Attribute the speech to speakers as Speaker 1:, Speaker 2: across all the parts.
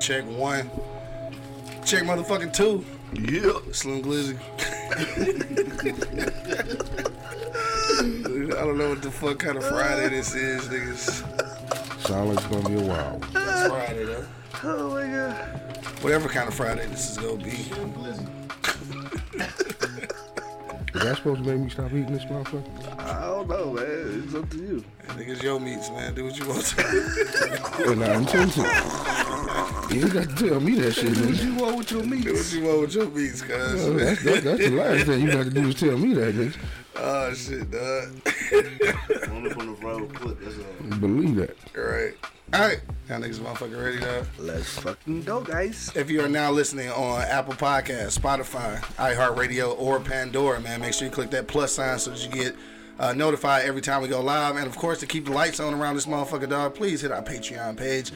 Speaker 1: Check one. Check motherfucking two. Yeah. Slim Glizzy. I don't know what the fuck kind of Friday this is, niggas.
Speaker 2: Sound like it's gonna be a wild. one.
Speaker 1: It's Friday though. Oh my god. Whatever kind of Friday this is gonna be.
Speaker 2: Is that supposed to make me stop eating this motherfucker?
Speaker 3: I don't know, man. It's up to you.
Speaker 1: Niggas, yo meats, man. Do what you want to.
Speaker 2: And I intend to. You ain't got to tell me that shit, nigga.
Speaker 3: You want with your meat?
Speaker 1: do what you want with your meats, cuz.
Speaker 2: Uh, That's, that's, that's the last thing you got to do is tell me that, nigga.
Speaker 1: Oh shit, dog.
Speaker 4: Only from the road clip. That's all.
Speaker 2: Believe that.
Speaker 1: Alright. Alright. Y'all niggas motherfucking ready now.
Speaker 3: Let's fucking go, guys.
Speaker 1: If you are now listening on Apple Podcasts, Spotify, iHeartRadio, or Pandora, man, make sure you click that plus sign so that you get uh, notified every time we go live. And of course, to keep the lights on around this motherfucker, dog, please hit our Patreon page,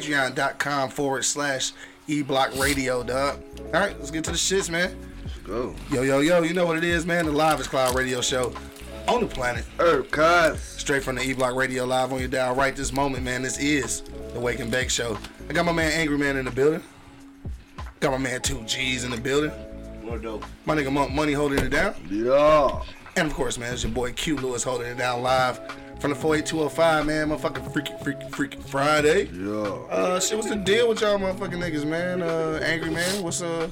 Speaker 1: patreon.com forward slash E Block Radio, dog. All right, let's get to the shits, man.
Speaker 3: Go.
Speaker 1: Yo, yo, yo, you know what it is, man. The Live is Cloud Radio Show on the planet,
Speaker 3: Herb Cos.
Speaker 1: straight from the E Block Radio Live on your dial right this moment, man. This is the Wake and Bake Show. I got my man Angry Man in the building. Got my man Two G's in the building.
Speaker 4: More dope.
Speaker 1: My nigga Monk Money holding it down.
Speaker 3: Yeah.
Speaker 1: And of course, man, it's your boy Q Lewis holding it down live from the 48205, man. Motherfucking freaky, freaky, freaky Friday.
Speaker 3: Yeah.
Speaker 1: Uh, shit, what's the deal with y'all motherfucking niggas, man? Uh, Angry Man, what's uh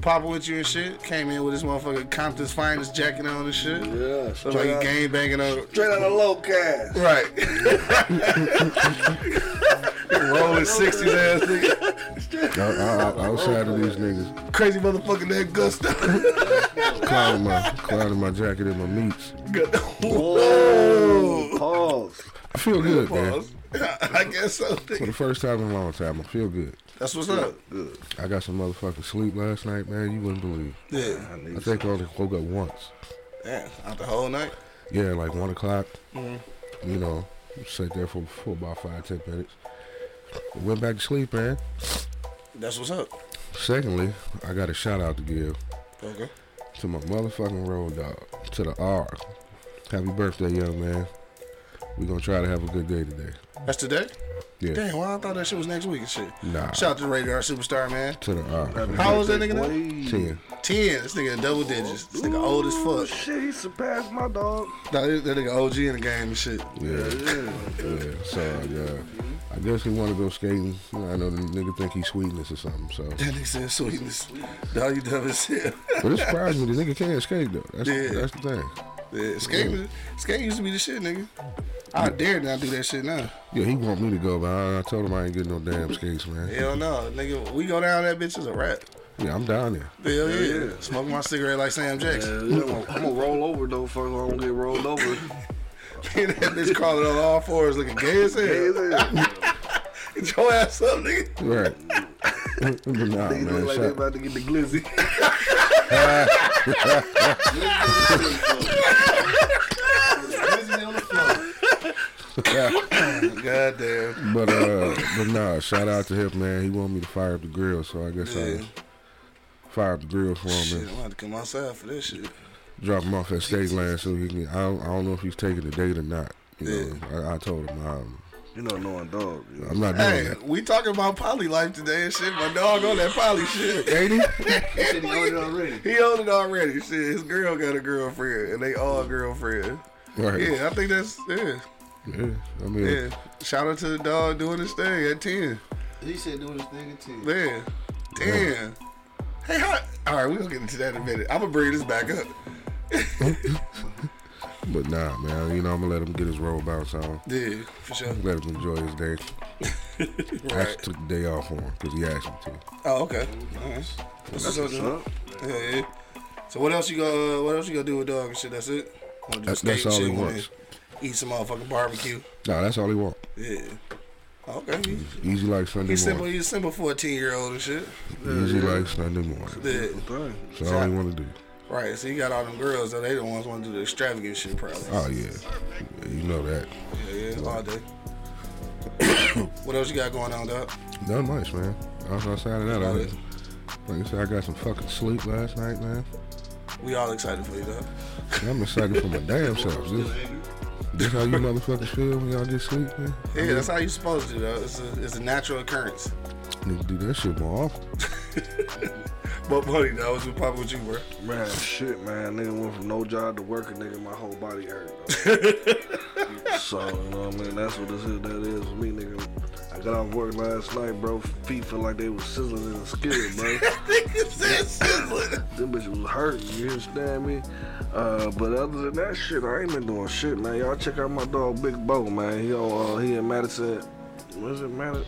Speaker 1: popping with you and shit? Came in with his motherfucking Compton's finest jacket on and shit.
Speaker 3: Yeah.
Speaker 1: So you
Speaker 3: out-
Speaker 1: game banging on.
Speaker 3: straight out of low cast.
Speaker 1: Right. Rolling 60s ass nigga.
Speaker 2: I, I, I, outside of these niggas,
Speaker 1: Crazy motherfucking that gusto.
Speaker 2: clouding my, clouding my jacket and my meats.
Speaker 3: Oh. Pause.
Speaker 2: I feel good, man.
Speaker 1: I guess so.
Speaker 2: For
Speaker 1: nigga.
Speaker 2: the first time in a long time, I feel good.
Speaker 1: That's what's up.
Speaker 2: I got some motherfucking sleep last night, man. You wouldn't believe.
Speaker 1: Yeah.
Speaker 2: I think I only woke up once.
Speaker 1: Damn. Out the whole night.
Speaker 2: Yeah, like one o'clock.
Speaker 3: Mm-hmm.
Speaker 2: You know, sat there for, for about five, ten minutes. Went back to sleep, man.
Speaker 1: That's what's up.
Speaker 2: Secondly, I got a shout out to give
Speaker 1: Okay.
Speaker 2: to my motherfucking road dog, to the R. Happy birthday, young man. We're gonna try to have a good day today.
Speaker 1: That's today?
Speaker 2: Yeah.
Speaker 1: Damn, well, I thought that shit was next week and shit.
Speaker 2: Nah.
Speaker 1: Shout out to the radar superstar, man.
Speaker 2: To the R.
Speaker 1: How old is that nigga now?
Speaker 2: Ten.
Speaker 1: 10. This nigga in double digits. This nigga old as
Speaker 3: Oh
Speaker 1: fuck.
Speaker 3: shit, he surpassed my dog.
Speaker 1: Nah, that that nigga OG in the game and shit.
Speaker 2: Yeah. Yeah. So uh, I guess he wanna go skating. I know the nigga think he's sweetness or something, so
Speaker 1: That nigga said sweetness. Dog, you dumb as hell.
Speaker 2: But it surprised me the nigga can't skate though. That's
Speaker 1: Yeah.
Speaker 2: that's the thing.
Speaker 1: Yeah, skate, was- skate used to be the shit, nigga. I dare not do that shit now.
Speaker 2: Yeah, he want me to go, but I, I told him I ain't getting no damn skates, man. Yeah,
Speaker 1: Hell no, nigga. We go down that bitch is a wrap.
Speaker 2: I'm down there.
Speaker 1: Hell yeah. Smoke my cigarette like Sam Jackson.
Speaker 3: I'm gonna I'm gonna roll over though, fuck. I don't get rolled over.
Speaker 1: that bitch crawling on all fours looking gay as hell. Get your ass up, nigga.
Speaker 2: Right. But nah,
Speaker 3: They look
Speaker 2: man.
Speaker 3: like they
Speaker 2: shout-
Speaker 3: about to get the glizzy.
Speaker 1: God damn.
Speaker 2: But uh, but nah, shout out to him, man. He wanted me to fire up the grill, so I guess
Speaker 1: Yeah.
Speaker 2: I fire up the grill for him
Speaker 1: Shit,
Speaker 2: and
Speaker 1: I'm about to come outside for this shit.
Speaker 2: drop him off at skate land so he can. I don't, I don't know if he's taking the date or not. You
Speaker 1: Yeah.
Speaker 2: know, I, I told him I'm,
Speaker 3: You know, knowing dog. You know.
Speaker 2: I'm not doing
Speaker 1: Hey, we talking about poly life today and shit. My dog on that poly shit.
Speaker 2: that. Ain't he?
Speaker 4: Shit, he ordered already.
Speaker 1: He owned it already. Shit, his girl got a girlfriend, and they all girlfriend.
Speaker 2: Right. Yeah.
Speaker 1: Yeah, I think that's yeah,
Speaker 2: I mean,
Speaker 1: yeah. Shout out to the dog doing his thing at ten.
Speaker 4: He said doing his thing at 10.
Speaker 1: Man, damn. Hey, how, all right, we gonna get into that in a minute. I'm gonna bring this back up.
Speaker 2: but nah, man. You know, I'm gonna let him get his roll bounce on.
Speaker 1: Yeah, for sure.
Speaker 2: Let him enjoy his day. I
Speaker 1: Right.
Speaker 2: actually took the day off for him because he asked me to.
Speaker 1: Oh, okay. All right. That's what's up. Yeah, yeah. So what else you gonna what else you gonna do with dog and shit? That's it. Wanna do
Speaker 2: That's-
Speaker 1: skate
Speaker 2: that's all
Speaker 1: shit,
Speaker 2: he
Speaker 1: wanna
Speaker 2: wants.
Speaker 1: Eat some motherfucking barbecue.
Speaker 2: No, that's all he want.
Speaker 1: Yeah. Okay. He,
Speaker 2: Easy like Sunday
Speaker 1: he simple.
Speaker 2: morning.
Speaker 1: He's simple for a ten year old and shit.
Speaker 2: Easy like Sunday morning.
Speaker 1: The-
Speaker 3: Dang.
Speaker 2: So all you want to do.
Speaker 1: right. So you got all them girls though. They the ones want to do the extravagant shit probably.
Speaker 2: Oh yeah, you know that.
Speaker 1: Yeah, yeah, all day. what else you got going on, dog?
Speaker 2: Not much, man. I was outside of that. I, didn't- like I said, I got some fucking sleep last night, man.
Speaker 1: We all excited for you, dog.
Speaker 2: I'm excited for my damn self. This, this how you motherfuckers feel when y'all get sleep, man?
Speaker 1: Yeah, that's how you supposed to, though. It's a, it's a natural occurrence.
Speaker 2: Need to do that shit more often.
Speaker 1: But buddy, that was probably what you were.
Speaker 3: Man, shit, man. Nigga went from no job to working, nigga. My whole body hurt. dog. so, you know what I mean? That's what this is, that is for me, nigga. I got off work last night, bro. Feet felt like they was sizzling in a skillet, bro. Them bitches was hurt, you understand me? Uh, but other than that shit, I ain't been doing shit, man. Y'all check out my dog Big Bo, man. He on, uh, he in Madison. What is it, Madison?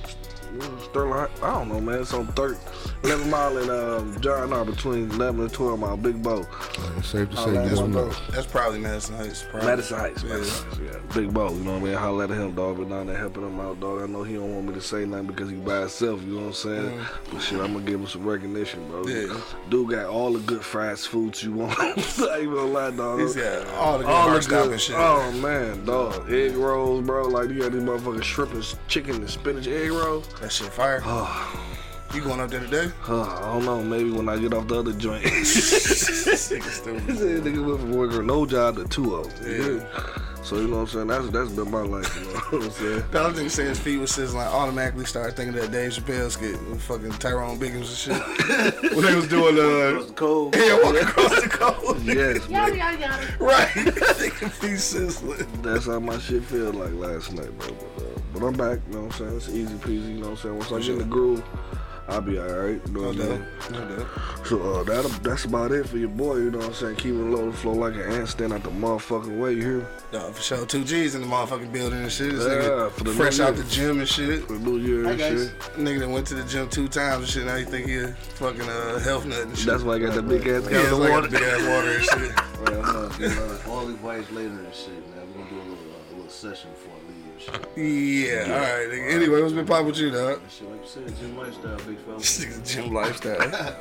Speaker 3: what is it, Sterling, Heights? I don't know, man. It's on third, 11 mile and um, John R. Between 11 and 12 mile. Big Bo.
Speaker 2: Like, it's safe to
Speaker 1: Oh,
Speaker 2: say,
Speaker 3: like
Speaker 2: this
Speaker 3: my
Speaker 2: one
Speaker 3: bro.
Speaker 2: though.
Speaker 1: That's probably Madison Heights. Probably.
Speaker 3: Madison Heights, man.
Speaker 1: Madison
Speaker 3: Yeah, Big Bo, you know what I mean? Holla at him, dog, but now they helping him out, dog. I know he don't want me to say nothing because he by himself, you know what I'm saying? But shit, I'm gonna give him some recognition, bro.
Speaker 1: Mm. Yeah.
Speaker 3: Dude got all the good fast foods you want. I ain't gonna lie, dog.
Speaker 1: He's got all the good
Speaker 3: All
Speaker 1: hard
Speaker 3: the
Speaker 1: stop
Speaker 3: good-
Speaker 1: and shit.
Speaker 3: Oh man, dog. Egg rolls, bro. Like you got these motherfucking shrimp and s- chicken and spinach egg roll.
Speaker 1: That shit fire. You going up there today?
Speaker 3: Huh, I don't know, maybe when I get off the other joint. This ain't nigga went from working no job to two of them. So you know what I'm saying? That's that's been my life, you know what I'm saying?
Speaker 1: The other thing said his feet was sizzling. I automatically started thinking of that Dave Chappelle skit with fucking Tyrone Biggins and shit. when they was doing uh,
Speaker 3: Cold.
Speaker 1: yeah, walking across the coast.
Speaker 3: Yes, man.
Speaker 1: Right. Nigga feet sizzling.
Speaker 3: That's how my shit feel like last night, bro. But, uh, but I'm back, you know what I'm saying? It's easy peasy, you know what I'm saying? Once I get in the groove, I'll be alright, you know
Speaker 1: No
Speaker 3: what I'm
Speaker 1: doubt.
Speaker 3: saying?
Speaker 1: No doubt.
Speaker 3: So uh, that, that's about it for your boy, you know what I'm saying? Keep it low to flow like an ant, stand out the motherfucking way, you hear?
Speaker 1: No, for sure. Two G's in the motherfucking building and shit. This
Speaker 3: Yeah,
Speaker 1: nigga
Speaker 3: for the
Speaker 1: fresh
Speaker 3: new
Speaker 1: out
Speaker 3: year.
Speaker 1: the gym and shit.
Speaker 3: For New Year and
Speaker 4: guys.
Speaker 3: shit.
Speaker 1: Nigga that went to the gym two times and shit. Now you think he a fucking uh, health nut and shit.
Speaker 3: That's why I got the big ass
Speaker 1: yeah,
Speaker 3: guy
Speaker 1: it's
Speaker 3: in the
Speaker 1: like
Speaker 3: water.
Speaker 1: a big ass water and shit.
Speaker 3: Man, I'm not- I'm not-
Speaker 4: All these whites later and shit, man. We're gonna do a little, uh, a little session before I leave and shit.
Speaker 1: Yeah, all right. Nigga. Anyway, what's been poppin' with you, dog?
Speaker 4: That shit, like you said, gym lifestyle, big fella.
Speaker 1: This nigga's gym lifestyle.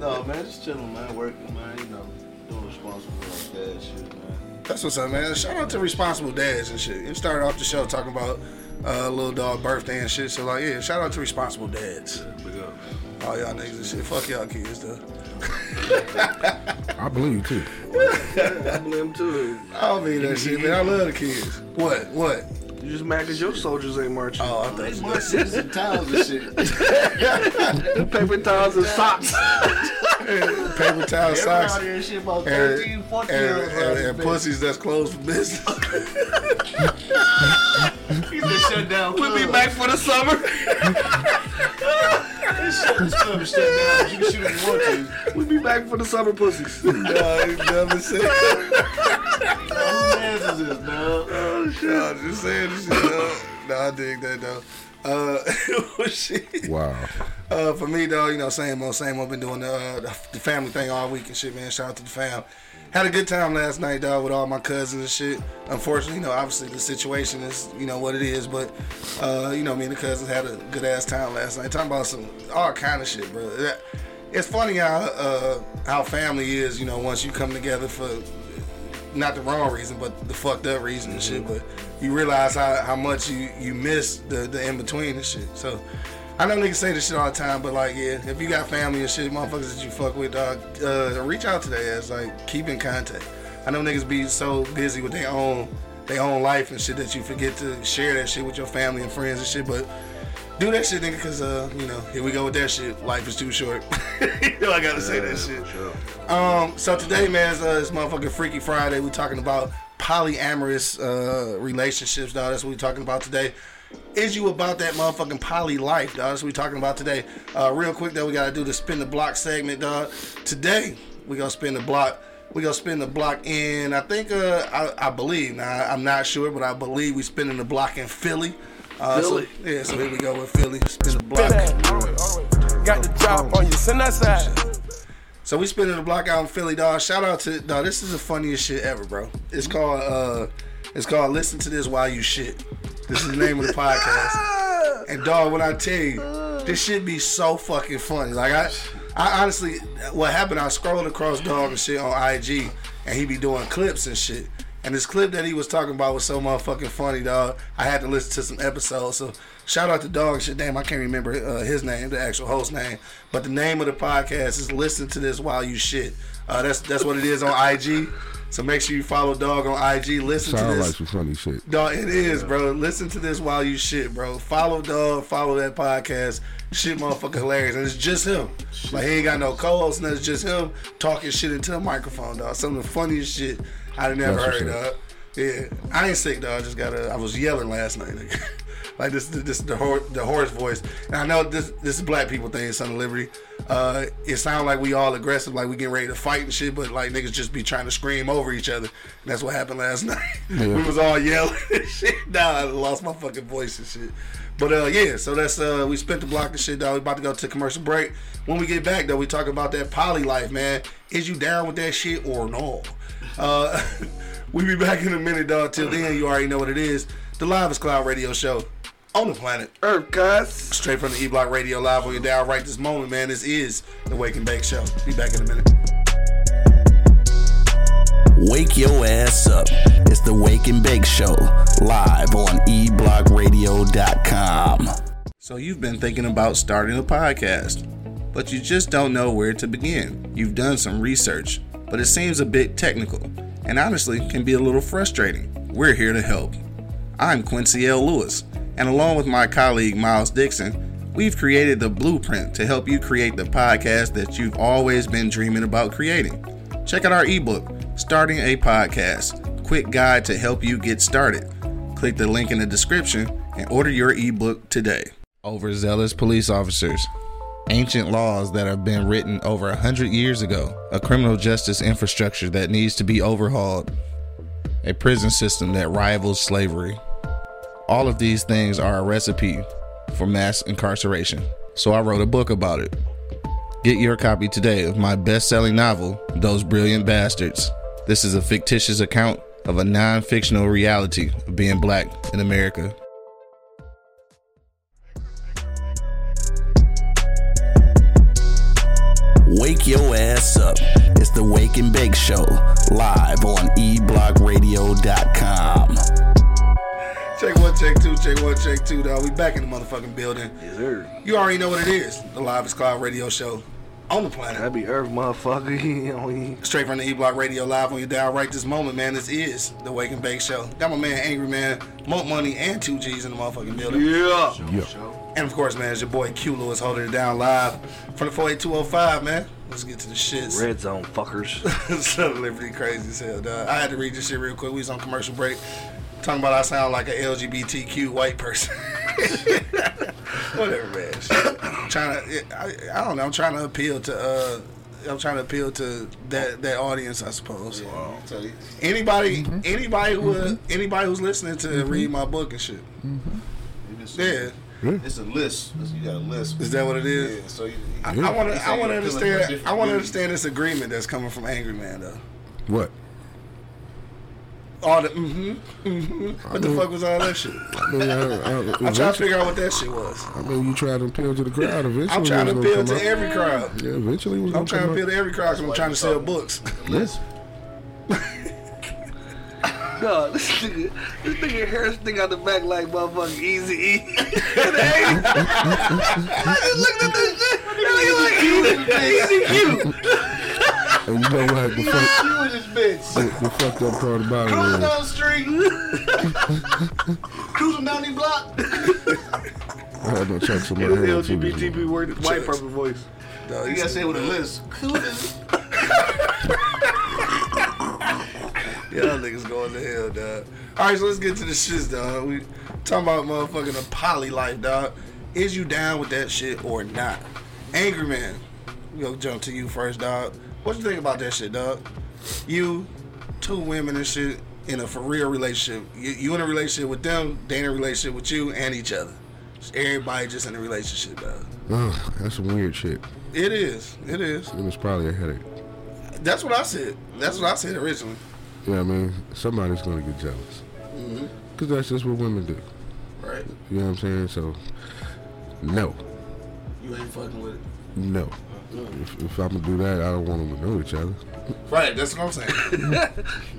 Speaker 4: No, man, just chilling, man. Working, man. You know, doing responsible like that shit, man.
Speaker 1: That's what's up, man. Shout out to responsible dads and shit. You started off the show talking about uh, little dog birthday and shit. So like, yeah, shout out to responsible dads. All y'all niggas and shit. Fuck y'all kids, though.
Speaker 2: I believe you too.
Speaker 3: I blame too.
Speaker 1: I don't mean that shit, man. I love the kids. What? What?
Speaker 3: You just mad because your soldiers ain't marching.
Speaker 1: Oh, I thought you
Speaker 4: More cities and towns and shit.
Speaker 3: Uh, Paper towels and socks.
Speaker 1: paper towel socks.
Speaker 4: Everybody and shit about
Speaker 1: and,
Speaker 4: 13, 14
Speaker 1: and-
Speaker 4: years
Speaker 1: and- and pussies that's closed for business.
Speaker 4: He's been shut down.
Speaker 3: Put me back for the summer.
Speaker 4: This shit is club shut down. You can shoot if you want to.
Speaker 3: We be back for the summer pussies.
Speaker 1: Nah, you dumb as shit.
Speaker 4: Who dances this, dog?
Speaker 1: Nah, just saying this shit. Dog. Nah, I dig that though. Uh, shit.
Speaker 2: Wow.
Speaker 1: Uh, for me, dog, you know, same old, same old. Been doing the, uh, the the family thing all week and shit, man. Shout out to the fam. Had a good time last night, dog, with all my cousins and shit. Unfortunately, you know, obviously the situation is, you know, what it is. But, uh, you know, me and the cousins had a good ass time last night. Talking about some all kind of shit, bro. That, it's funny how uh, how family is, you know, once you come together for not the wrong reason, but the fucked up reason and shit. But you realize how, how much you you miss the the in between and shit. So I know niggas say this shit all the time, but like yeah, if you got family and shit, motherfuckers that you fuck with, dog, uh, reach out to their ass. Like keep in contact. I know niggas be so busy with their own their own life and shit that you forget to share that shit with your family and friends and shit. But do that shit, nigga, cause uh, you know, here we go with that shit. Life is too short. you know, I gotta say that shit. Um, so today, man, it's, uh, it's motherfucking Freaky Friday. We're talking about polyamorous uh, relationships, dog. That's what we're talking about today. Is you about that motherfucking poly life, dog? That's what we're talking about today. Uh, real quick, though, we gotta do the spin the block segment, dog. Today, we gonna spin the block. We gonna spin the block in. I think, uh, I, I believe. Now, I'm not sure, but I believe we spinning the block in Philly. Uh, so-
Speaker 3: Philly.
Speaker 1: yeah, so here we go with Philly. Spin the block.
Speaker 5: Got the drop on you, send us that.
Speaker 1: So we spinning the block out in Philly, dog. Shout out to dog. This is the funniest shit ever, bro. It's called uh, it's called listen to this while you shit. This is the name of the podcast. And dog, when I tell you, this shit be so fucking funny. Like I, I honestly, what happened? I scrolled across dog and shit on IG, and he be doing clips and shit. And this clip that he was talking about was so motherfucking funny, dog. I had to listen to some episodes. So shout out to dog and shit. Damn, I can't remember uh, his name, the actual host name. But the name of the podcast is "Listen to This While You Shit." Uh, that's that's what it is on IG. So make sure you follow dog on IG. Listen to
Speaker 2: Sound
Speaker 1: this.
Speaker 2: like some funny shit.
Speaker 1: Dog, it is, bro. Listen to this while you shit, bro. Follow dog, follow that podcast. Shit, motherfucker, hilarious, and it's just him. Like he ain't got no co-host, and it's just him talking shit into a microphone, dog. Some of the funniest shit I done ever
Speaker 2: That's
Speaker 1: heard,
Speaker 2: what's
Speaker 1: dog. Yeah, I ain't sick, dog. I just got a. I was yelling last night, nigga. like this, this the hor- the horse voice. And I know this this is black people thing, son of liberty. Uh, it sounds like we all aggressive, like we getting ready to fight and shit, but like niggas just be trying to scream over each other. And that's what happened last night. we was all yelling and shit. Nah, I lost my fucking voice and shit. But uh, yeah, so that's uh, we spent the block and shit. Dog, we about to go to commercial break. When we get back, though, we talk about that poly life, man. Is you down with that shit or no? Uh, we be back in a minute, dog. Till then, you already know what it is. The Live is Cloud Radio Show on the planet.
Speaker 3: Earth, cuss.
Speaker 1: Straight from the E Block Radio Live on your dial right this moment, man. This is the Wake and Bake Show. Be back in a minute.
Speaker 6: Wake your ass up. It's the Wake and Bake Show, live on e eblockradio.com.
Speaker 1: So, you've been thinking about starting a podcast, but you just don't know where to begin. You've done some research, but it seems a bit technical and honestly can be a little frustrating. We're here to help. I'm Quincy L. Lewis, and along with my colleague Miles Dixon, we've created the blueprint to help you create the podcast that you've always been dreaming about creating. Check out our ebook, Starting a Podcast Quick Guide to Help You Get Started. Click the link in the description and order your ebook today. Overzealous police officers. Ancient laws that have been written over a hundred years ago. A criminal justice infrastructure that needs to be overhauled. A prison system that rivals slavery. All of these things are a recipe for mass incarceration. So I wrote a book about it. Get your copy today of my best selling novel, Those Brilliant Bastards. This is a fictitious account of a non fictional reality of being black in America.
Speaker 6: Wake your ass up. It's the Wake and Bake Show, live on e eblockradio.com.
Speaker 1: Check one, check two, check one, check two, dog. We back in the motherfucking building.
Speaker 3: Yes, sir.
Speaker 1: You already know what it is. The Live is Cloud Radio Show on the planet.
Speaker 3: That be Earth, motherfucker. You know, he-
Speaker 1: Straight from the E Block Radio Live on your dial right this moment, man. This is the Wake and Bake Show. Got my man Angry Man, Monk Money, and 2G's in the motherfucking building.
Speaker 3: yeah.
Speaker 1: And of course, man, it's your boy Q Lewis holding it down live from the 48205, man. Let's get to the shits.
Speaker 3: Red zone fuckers.
Speaker 1: so liberty crazy as hell, dog. I had to read this shit real quick. We was on commercial break. Talking about I sound like an LGBTQ white person. Whatever, man. trying to, I, I don't know. I'm trying to appeal to, uh, I'm trying to appeal to that that audience, I suppose.
Speaker 4: So,
Speaker 1: Anybody, anybody who, uh, anybody who's listening to read my book and shit. Yeah,
Speaker 4: It's a list. It's- You got a list.
Speaker 1: is that what it is?
Speaker 4: Yeah, so you,
Speaker 1: I
Speaker 4: you-
Speaker 1: want
Speaker 4: you
Speaker 1: to.
Speaker 4: say
Speaker 1: I want to
Speaker 4: you're appealing to
Speaker 1: understand. I
Speaker 4: different
Speaker 1: want to
Speaker 4: communities.
Speaker 1: understand this agreement that's coming from Angry Man though.
Speaker 2: What?
Speaker 1: All the mm-hmm, mm-hmm. What the fuck was all that shit?
Speaker 2: I mean, I, I,
Speaker 1: I'm trying to figure out what that shit was.
Speaker 2: I mean, you try to appeal to the crowd. Eventually,
Speaker 1: I'm trying to
Speaker 2: it's gonna
Speaker 1: appeal
Speaker 2: come
Speaker 1: to
Speaker 2: up.
Speaker 1: every crowd.
Speaker 2: Yeah, eventually, it was
Speaker 1: I'm
Speaker 2: gonna
Speaker 1: trying to
Speaker 2: come
Speaker 1: appeal to every crowd 'cause I'm trying to sell books.
Speaker 2: Yes.
Speaker 3: No, this nigga, this nigga hair stick out the back like motherfucking Easy E. I just looked at this shit. That nigga like Easy, easy Q.
Speaker 2: And you know what? The, fuck,
Speaker 4: You and this bitch.
Speaker 2: the, the fucked up part
Speaker 4: Cruising
Speaker 2: about it
Speaker 4: down the street. Cruising down the block.
Speaker 2: is, I had no checks on my
Speaker 3: It was
Speaker 2: head. too.
Speaker 3: LGBTB word, white purple voice.
Speaker 1: Dog,
Speaker 4: You
Speaker 1: you
Speaker 4: gotta
Speaker 1: said-
Speaker 4: say it with a list. Cruising.
Speaker 1: Y'all niggas going to hell, dog. All right, so let's get to the shits, dog. We talking about motherfucking a poly life, dog. Is you down with that shit or not? Angry Man, we gonna jump to you first, dog. What you think about that shit, dog? You, two women and shit in a for real relationship. You, you in a relationship with them, they in a relationship with you and each other. Just everybody just in a relationship, dog.
Speaker 2: Ugh, that's some weird shit.
Speaker 1: It is, it is.
Speaker 2: And it's probably a headache.
Speaker 1: That's what I said. That's what I said originally.
Speaker 3: Mm-hmm.
Speaker 2: You know what I mean? Somebody's gonna get jealous. Because that's just what women do.
Speaker 4: Right.
Speaker 2: You know what I'm saying? So, no,
Speaker 4: You ain't fucking with it.
Speaker 2: no. If, if I'm gonna do that, I don't want them to know each other.
Speaker 1: Right, that's what I'm saying.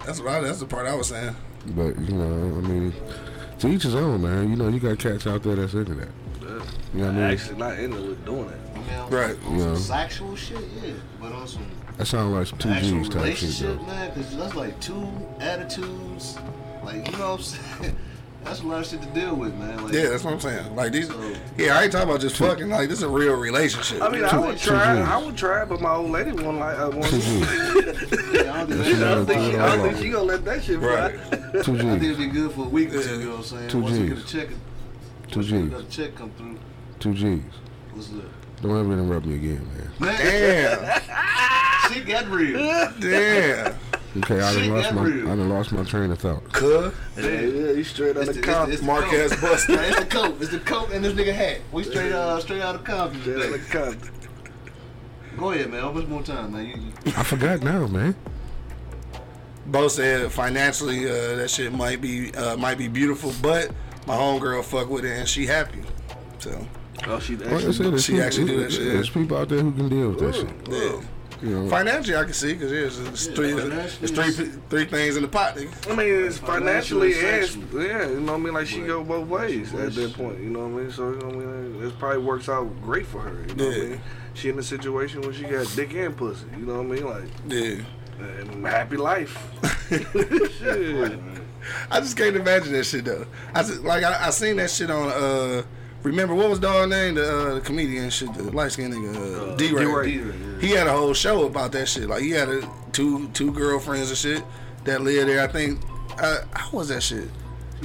Speaker 1: that's what I, that's the part I was saying.
Speaker 2: But you know, I mean, to each his own, man. You know, you got cats out there that's into that. You know what I mean?
Speaker 3: Actually, not into it doing it.
Speaker 4: I mean, on,
Speaker 1: Right,
Speaker 4: On
Speaker 2: yeah.
Speaker 4: some sexual shit, yeah. But on some
Speaker 2: That sounds like some two
Speaker 4: actual
Speaker 2: G's type shit,
Speaker 4: relationship,
Speaker 2: though.
Speaker 4: man, because that's like two attitudes. Like, you know what I'm saying? That's a lot of shit to deal with, man. Like,
Speaker 1: Yeah, that's what I'm saying. Like these, yeah, I ain't talking about just fucking. Like this is a real relationship.
Speaker 3: I mean, I would
Speaker 4: Two
Speaker 3: try.
Speaker 2: G's.
Speaker 3: I would try, but my old lady won't like. Uh, won't,
Speaker 2: Two G's.
Speaker 4: yeah, I don't think
Speaker 3: I don't
Speaker 4: that's
Speaker 3: think she. I don't think
Speaker 2: Right.
Speaker 3: she gonna let that shit fly.
Speaker 1: Right.
Speaker 2: Two
Speaker 4: I think
Speaker 2: G's.
Speaker 4: it'd be good for a week or two, you know what I'm saying?
Speaker 2: Two
Speaker 4: Once you get a
Speaker 2: Gs.
Speaker 4: check,
Speaker 2: Two
Speaker 4: once you get
Speaker 2: G's.
Speaker 4: a check come through,
Speaker 2: Two G's.
Speaker 4: what's up?
Speaker 2: Don't ever interrupt me again, man.
Speaker 4: Man,
Speaker 1: Damn,
Speaker 4: shit got real.
Speaker 1: damn.
Speaker 2: Okay, I done
Speaker 4: Shit,
Speaker 2: lost
Speaker 4: that
Speaker 2: my
Speaker 4: real.
Speaker 2: I done lost my train of thought.
Speaker 1: Cuh,
Speaker 3: Yeah, yeah, you straight out
Speaker 4: It's
Speaker 3: of
Speaker 4: the,
Speaker 3: comp.
Speaker 4: it's the, it's the
Speaker 1: Marquez
Speaker 4: coke.
Speaker 1: Buster.
Speaker 4: Nah, it's the coke. It's the coke and this nigga hat. We straight uh straight out of Compton
Speaker 3: Straight out
Speaker 4: today.
Speaker 3: of comp.
Speaker 4: Go ahead, man. How much more time, man? You, you,
Speaker 2: I forgot now, man.
Speaker 1: Bo said financially, uh, that shit might be uh, might be beautiful, but my homegirl fuck with it and she happy. So
Speaker 3: Oh, she
Speaker 2: Like I
Speaker 3: actually.
Speaker 2: said, there's
Speaker 1: She
Speaker 2: people-
Speaker 1: actually do that shit, yeah.
Speaker 2: There's people out there who can deal with that shit.
Speaker 1: yeah.
Speaker 2: You know,
Speaker 1: financially, I can see because it's, it's
Speaker 4: Yeah,
Speaker 1: three it's
Speaker 4: financially,
Speaker 1: three
Speaker 4: it's-
Speaker 1: three things in the pot. nigga.
Speaker 3: I mean, it's financially and
Speaker 4: Financially,
Speaker 3: yeah, you know what I mean. Like she
Speaker 4: Right.
Speaker 3: go both ways at that
Speaker 4: Right.
Speaker 3: point. You know what I mean. So you know what I mean. This probably works out great for her. You know what I
Speaker 1: Yeah.
Speaker 3: mean. She in a situation where she got dick and pussy. You know what I mean. Like
Speaker 1: Yeah.
Speaker 3: and happy life. Shit.
Speaker 1: I just can't imagine that shit though. I just, like I, I seen that shit on uh remember what was dog name the, uh, the comedian and shit the light skinned nigga uh, D
Speaker 3: D-Ray.
Speaker 1: Ray. He had a whole show about that shit. Like he had a, two two girlfriends and shit that lived there. I think uh, how was that shit?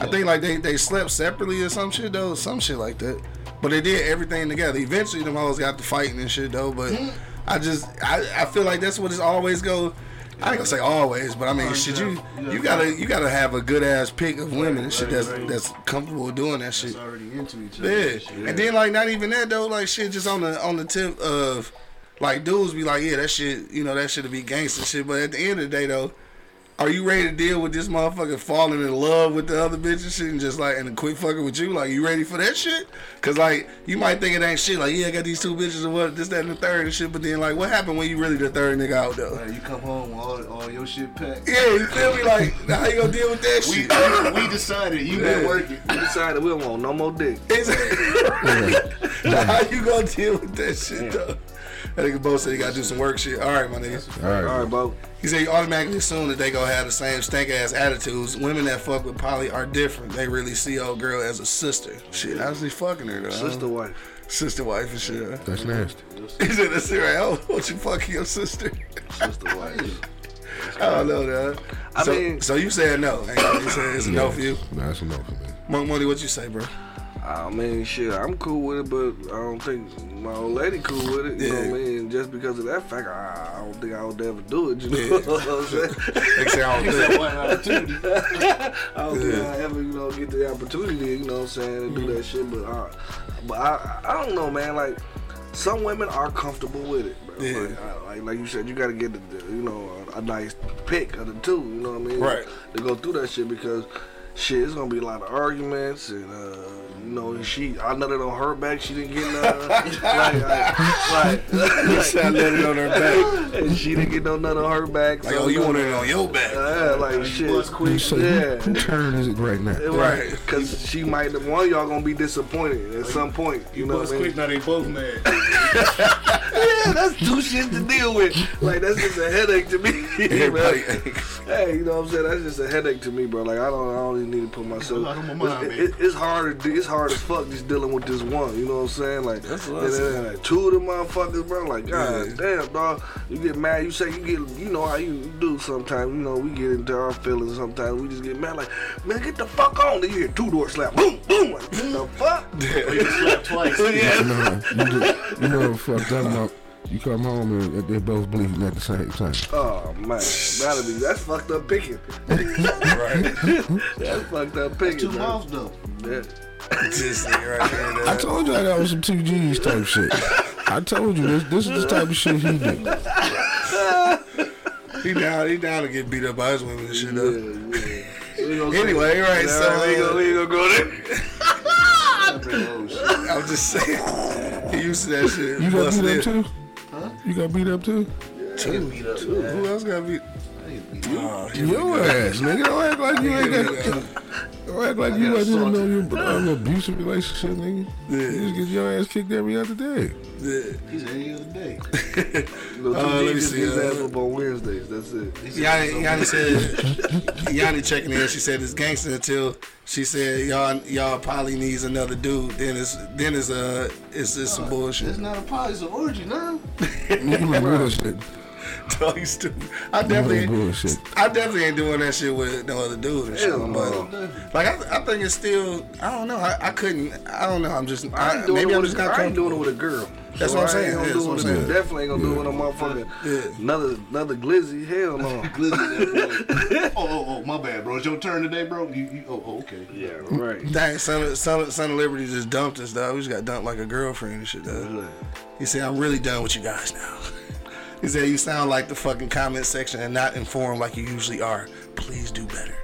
Speaker 1: I think like they, they slept separately or some shit though, some shit like that. But they did everything together. Eventually them hoes got to fighting and shit though. But I just I, I feel like that's what it's always go. I ain't gonna say always, but I mean, should you you gotta you gotta have a good ass pick of women and shit that's that's comfortable with doing that shit.
Speaker 4: it's already into each other.
Speaker 1: Yeah. And then like not even that though, like shit just on the on the tip of like dudes be like, yeah, that shit, you know, that should be gangster shit. But at the end of the day though, are you ready to deal with this motherfucker falling in love with the other bitch and shit and just like and quit fucking with you? Like you ready for that shit? Cause like you might think it ain't shit, like, yeah, I got these two bitches and what this, that, and the third and shit, but then like what happened when you really the third nigga out though?
Speaker 4: Like, you come home with all, all your shit packed.
Speaker 1: Yeah, you feel me? Like, how you gonna deal with that
Speaker 4: We,
Speaker 1: shit?
Speaker 4: we, we decided you been working.
Speaker 3: We decided we don't want no more dick.
Speaker 1: It's- how you gonna deal with that shit though? That nigga both said he gotta do some work shit. All right, my nigga.
Speaker 2: all right.
Speaker 3: All right, Bo.
Speaker 1: He said you automatically assume that they gonna have the same stank ass attitudes. Women that fuck with Polly are different. They really see old girl as a sister. Shit, I was just fucking her though.
Speaker 3: Sister wife.
Speaker 1: sister wife and shit.
Speaker 2: That's nasty.
Speaker 1: He said that's right. Oh, what you fucking your sister?
Speaker 3: Sister wife.
Speaker 1: I don't know, dog.
Speaker 3: I
Speaker 1: so,
Speaker 3: mean-
Speaker 1: so you said no? Ain't you? You said it's a no for you?
Speaker 2: Nah, that's enough for me.
Speaker 1: Monk Money, what you say, bro?
Speaker 3: I mean, shit, I'm cool with it, but I don't think my old lady cool with it. You know
Speaker 1: Yeah.
Speaker 3: what I mean? Just because of that fact, I, I don't think I would ever do it. You know what I'm saying?
Speaker 1: They say I don't think.
Speaker 4: One opportunity.
Speaker 3: I don't think I ever, you know, get the opportunity, you know what I'm saying, to do that
Speaker 1: Mm-hmm.
Speaker 3: shit. But I, but I, I don't know, man. Like, some women are comfortable with it, bro.
Speaker 1: Yeah.
Speaker 3: Like, I, like, like you said, you got to get, the, the, you know, a, a nice pick of the two, you know what I mean?
Speaker 1: Right.
Speaker 3: To go through that shit because, shit, it's going to be a lot of arguments and, uh, you know, and she, I nutted on her back. She didn't get none. like, like, like,
Speaker 1: I let it on her back.
Speaker 3: and she didn't get no nut on her back.
Speaker 1: Like,
Speaker 3: so,
Speaker 1: oh, you
Speaker 3: know,
Speaker 1: want it on your back?
Speaker 3: Yeah, like shit.
Speaker 2: You say
Speaker 3: yeah.
Speaker 2: who turn is it right now?
Speaker 3: It right.
Speaker 1: Right.
Speaker 3: Because she might, one of y'all gonna be disappointed at some point. You, know what I mean?
Speaker 4: now they both mad.
Speaker 3: Yeah, that's two shit to deal with. Like, that's just a headache to me. bro.
Speaker 1: Everybody
Speaker 3: Hey, you know what I'm saying? That's just a headache to me, bro. Like, I don't, I don't even need to put myself.
Speaker 4: I'm out of my mind,
Speaker 3: it- it- it's hard, to, it's hard as fuck just dealing with this one. You know what I'm saying? Like, and then, like, two of the motherfuckers, bro. Like, god damn, dog. You get mad. You say you get, you know how you do sometimes. You know, we get into our feelings sometimes. We just get mad. Like, man, get the fuck on. Then you hear two door slap. Boom, boom. Like, what the fuck?
Speaker 4: Slapped twice.
Speaker 2: You know, you, just, you know, fucked up. Up. You come home and they both bleeding at the same time.
Speaker 3: Oh man, that'll be that's fucked up picking. that's fucked up picking.
Speaker 4: Two
Speaker 3: bro.
Speaker 4: mouths though.
Speaker 3: That-
Speaker 1: This nigga right here,
Speaker 2: I
Speaker 1: dog.
Speaker 2: told you that was some two G's type shit. I told you this. This is the type of shit he did.
Speaker 1: He down, he down to get beat up by his women and shit. though.
Speaker 3: yeah, yeah. We gonna-
Speaker 1: Anyway, right,
Speaker 3: Nah,
Speaker 1: so
Speaker 3: we gonna,
Speaker 1: uh,
Speaker 3: we gonna go there.
Speaker 1: I'm just saying. He used to that shit.
Speaker 2: You got
Speaker 1: Busted
Speaker 2: beat
Speaker 1: in.
Speaker 2: up too? You got beat up too?
Speaker 1: Who who else got beat? Oh, here we go.
Speaker 2: Your ass, nigga. Don't act like you ain't got. Don't act like you wasn't in no an uh, abusive relationship, nigga. You just get your ass kicked every other day.
Speaker 1: Yeah.
Speaker 4: He's any other day.
Speaker 3: No, two
Speaker 1: Uh, let me
Speaker 3: niggas
Speaker 1: see,
Speaker 3: his
Speaker 1: uh,
Speaker 3: ass up on Wednesdays. That's it.
Speaker 1: Yanni, Yanni said, Yanni checking in. She said it's gangster until she said y'all y'all probably needs another dude. Then it's then it's uh it's just some bullshit.
Speaker 4: It's not a pie, it's an orgy now.
Speaker 2: You like bullshit.
Speaker 1: Dog, you stupid. I
Speaker 2: Definitely
Speaker 1: definitely
Speaker 2: bullshit.
Speaker 1: I definitely ain't doing that shit with no other dude and shit.
Speaker 3: Hell
Speaker 1: But
Speaker 3: no.
Speaker 1: like I, I think it's still I don't know I, I couldn't I don't know I'm just
Speaker 3: I
Speaker 1: I,
Speaker 3: ain't doing
Speaker 1: maybe
Speaker 3: it
Speaker 1: I'm
Speaker 3: with
Speaker 1: just
Speaker 3: a,
Speaker 1: not
Speaker 3: I ain't
Speaker 1: comfortable.
Speaker 3: doing it with a girl.
Speaker 1: That's what I'm
Speaker 3: I
Speaker 1: saying. Yeah,
Speaker 3: ain't
Speaker 1: that's
Speaker 3: gonna
Speaker 1: what
Speaker 3: do
Speaker 1: I'm
Speaker 3: it
Speaker 1: saying.
Speaker 3: with a, definitely ain't gonna do it with a motherfucker.
Speaker 1: Yeah.
Speaker 3: Another another glizzy. Hell no.
Speaker 4: Glizzy. oh, oh, oh, my bad, bro. It's your turn today, bro. You, you, oh, oh, okay.
Speaker 3: yeah, right.
Speaker 1: Dang, son of, son, of, son of Liberty just dumped us, dog. We just got dumped like a girlfriend and shit, dog. He said, I'm really done with you guys now. He said, You sound like the fucking comment section and not informed like you usually are. Please do better.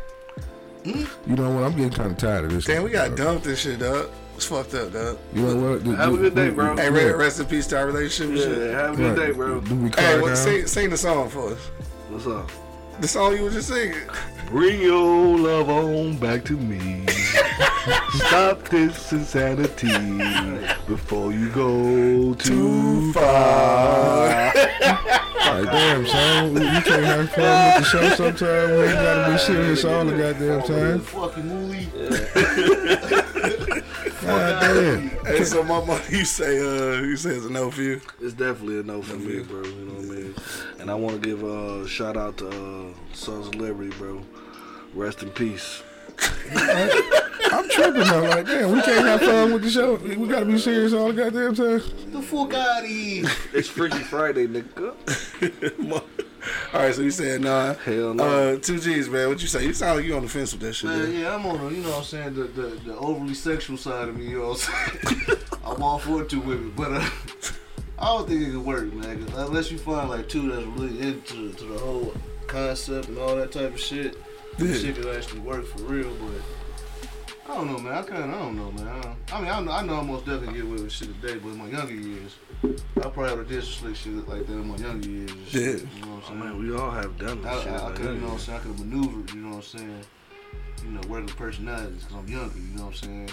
Speaker 2: You know what? I'm getting kind of tired of this.
Speaker 1: Damn, we got
Speaker 2: dog.
Speaker 1: dumped and shit, dog. It's fucked up, dog.
Speaker 2: You know what?
Speaker 3: Have a good day, bro.
Speaker 1: Hey, re- rest in peace to our relationship
Speaker 3: Yeah,
Speaker 1: and shit.
Speaker 3: have a good day, bro.
Speaker 2: Do we
Speaker 1: Hey,
Speaker 2: call
Speaker 1: what,
Speaker 2: down?
Speaker 1: sing, sing the song for us.
Speaker 3: What's up?
Speaker 1: The song you was just singing.
Speaker 3: Bring your love on back to me. Stop this insanity before you go too far.
Speaker 2: Like, damn, son, we we can't have fun with the show sometimes. We ain't gotta be serious all the goddamn time.
Speaker 4: Fucking Wooly.
Speaker 2: God damn.
Speaker 1: Hey, so my mom, you say, uh, you say it's a no for you.
Speaker 3: It's definitely a no for me, bro. You know what I mean? And I want to give a uh, shout out to uh, Sons of Liberty, bro. Rest in peace.
Speaker 2: I'm tripping now. Like, damn, we can't have fun with the show. We gotta be serious all the goddamn time.
Speaker 4: The fuck out of here.
Speaker 3: It's Freaky Friday, nigga.
Speaker 1: All right, so you said nah.
Speaker 3: Hell no.
Speaker 1: Uh, two G's, man. What you say? You sound like you on the fence with that shit.
Speaker 4: Man,
Speaker 1: Man.
Speaker 4: yeah, I'm on the, you know what I'm saying, the, the, the overly sexual side of me, you know what I'm saying? I'm all for two women, but uh, I don't think it could work, man, 'cause unless you find like two that's really into to the whole concept and all that type of shit,
Speaker 1: Yeah.
Speaker 4: this shit could actually work for real, but I don't know, man. I kind of, I don't know, man. I, don't- I mean, I know, I know I most definitely get away with shit today, but in my younger years, I probably would have did some slick shit like that in my younger years. and shit,
Speaker 1: Yeah.
Speaker 4: You know what
Speaker 3: Oh,
Speaker 4: I'm saying?
Speaker 3: man, we all have done
Speaker 4: I,
Speaker 3: that shit.
Speaker 4: I, I
Speaker 3: man.
Speaker 4: could, you know what I'm saying? I could have maneuvered, you know what I'm saying? You know, working personalities because I'm younger, you know what I'm saying?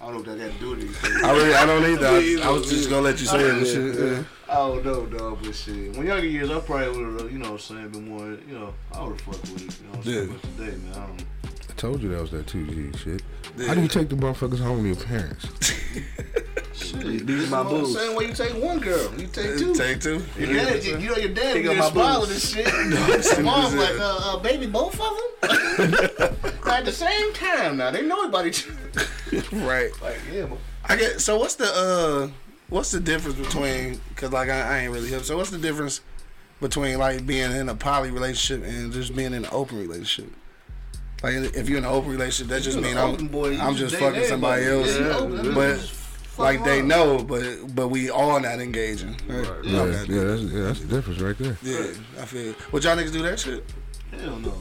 Speaker 4: I don't know if that got to do with anything.
Speaker 1: I really, I don't either.
Speaker 4: Me
Speaker 1: I, I was just gonna let you say it and
Speaker 4: Yeah,
Speaker 1: shit. Yeah.
Speaker 4: I don't know, dog, but shit. When younger years, I probably would have, you know what I'm saying, been more, you know, I would have fucked with it, you know what I'm saying?
Speaker 1: Yeah.
Speaker 4: But today, man, I don't
Speaker 2: I told you that was that 2G shit. How do you take the motherfuckers home to your parents?
Speaker 4: Shit,
Speaker 3: These
Speaker 4: this
Speaker 3: my
Speaker 4: is what I'm
Speaker 3: booze.
Speaker 4: saying. When you take one girl, you take two.
Speaker 1: Take two.
Speaker 4: your dad, you, you know, your dad
Speaker 3: Pick up
Speaker 4: been
Speaker 3: my
Speaker 4: swallowing
Speaker 3: booze.
Speaker 4: this shit. Your mom's
Speaker 1: Yeah.
Speaker 4: like, uh, uh, baby, both of them? at the same time now. They know about each other.
Speaker 1: Right.
Speaker 4: Like, yeah, but
Speaker 1: I get. So what's the uh, what's the difference between? Cause like I, I ain't really hip. So what's the difference between like being in a poly relationship and just being in an open relationship? Like if you're in an open relationship, that just
Speaker 4: an
Speaker 1: means
Speaker 4: open
Speaker 1: I'm,
Speaker 4: boy, you
Speaker 1: I'm
Speaker 4: just
Speaker 1: just
Speaker 4: dating
Speaker 1: fucking somebody
Speaker 4: everybody.
Speaker 1: else.
Speaker 4: Yeah, you open, that means
Speaker 1: But
Speaker 4: just fuck
Speaker 1: like they
Speaker 4: around.
Speaker 1: know, but but we all not engaging.
Speaker 2: Yeah, yeah, that's, yeah, that's the difference right there.
Speaker 1: Yeah, I feel. it. Would y'all niggas do that shit?
Speaker 4: Hell no, man.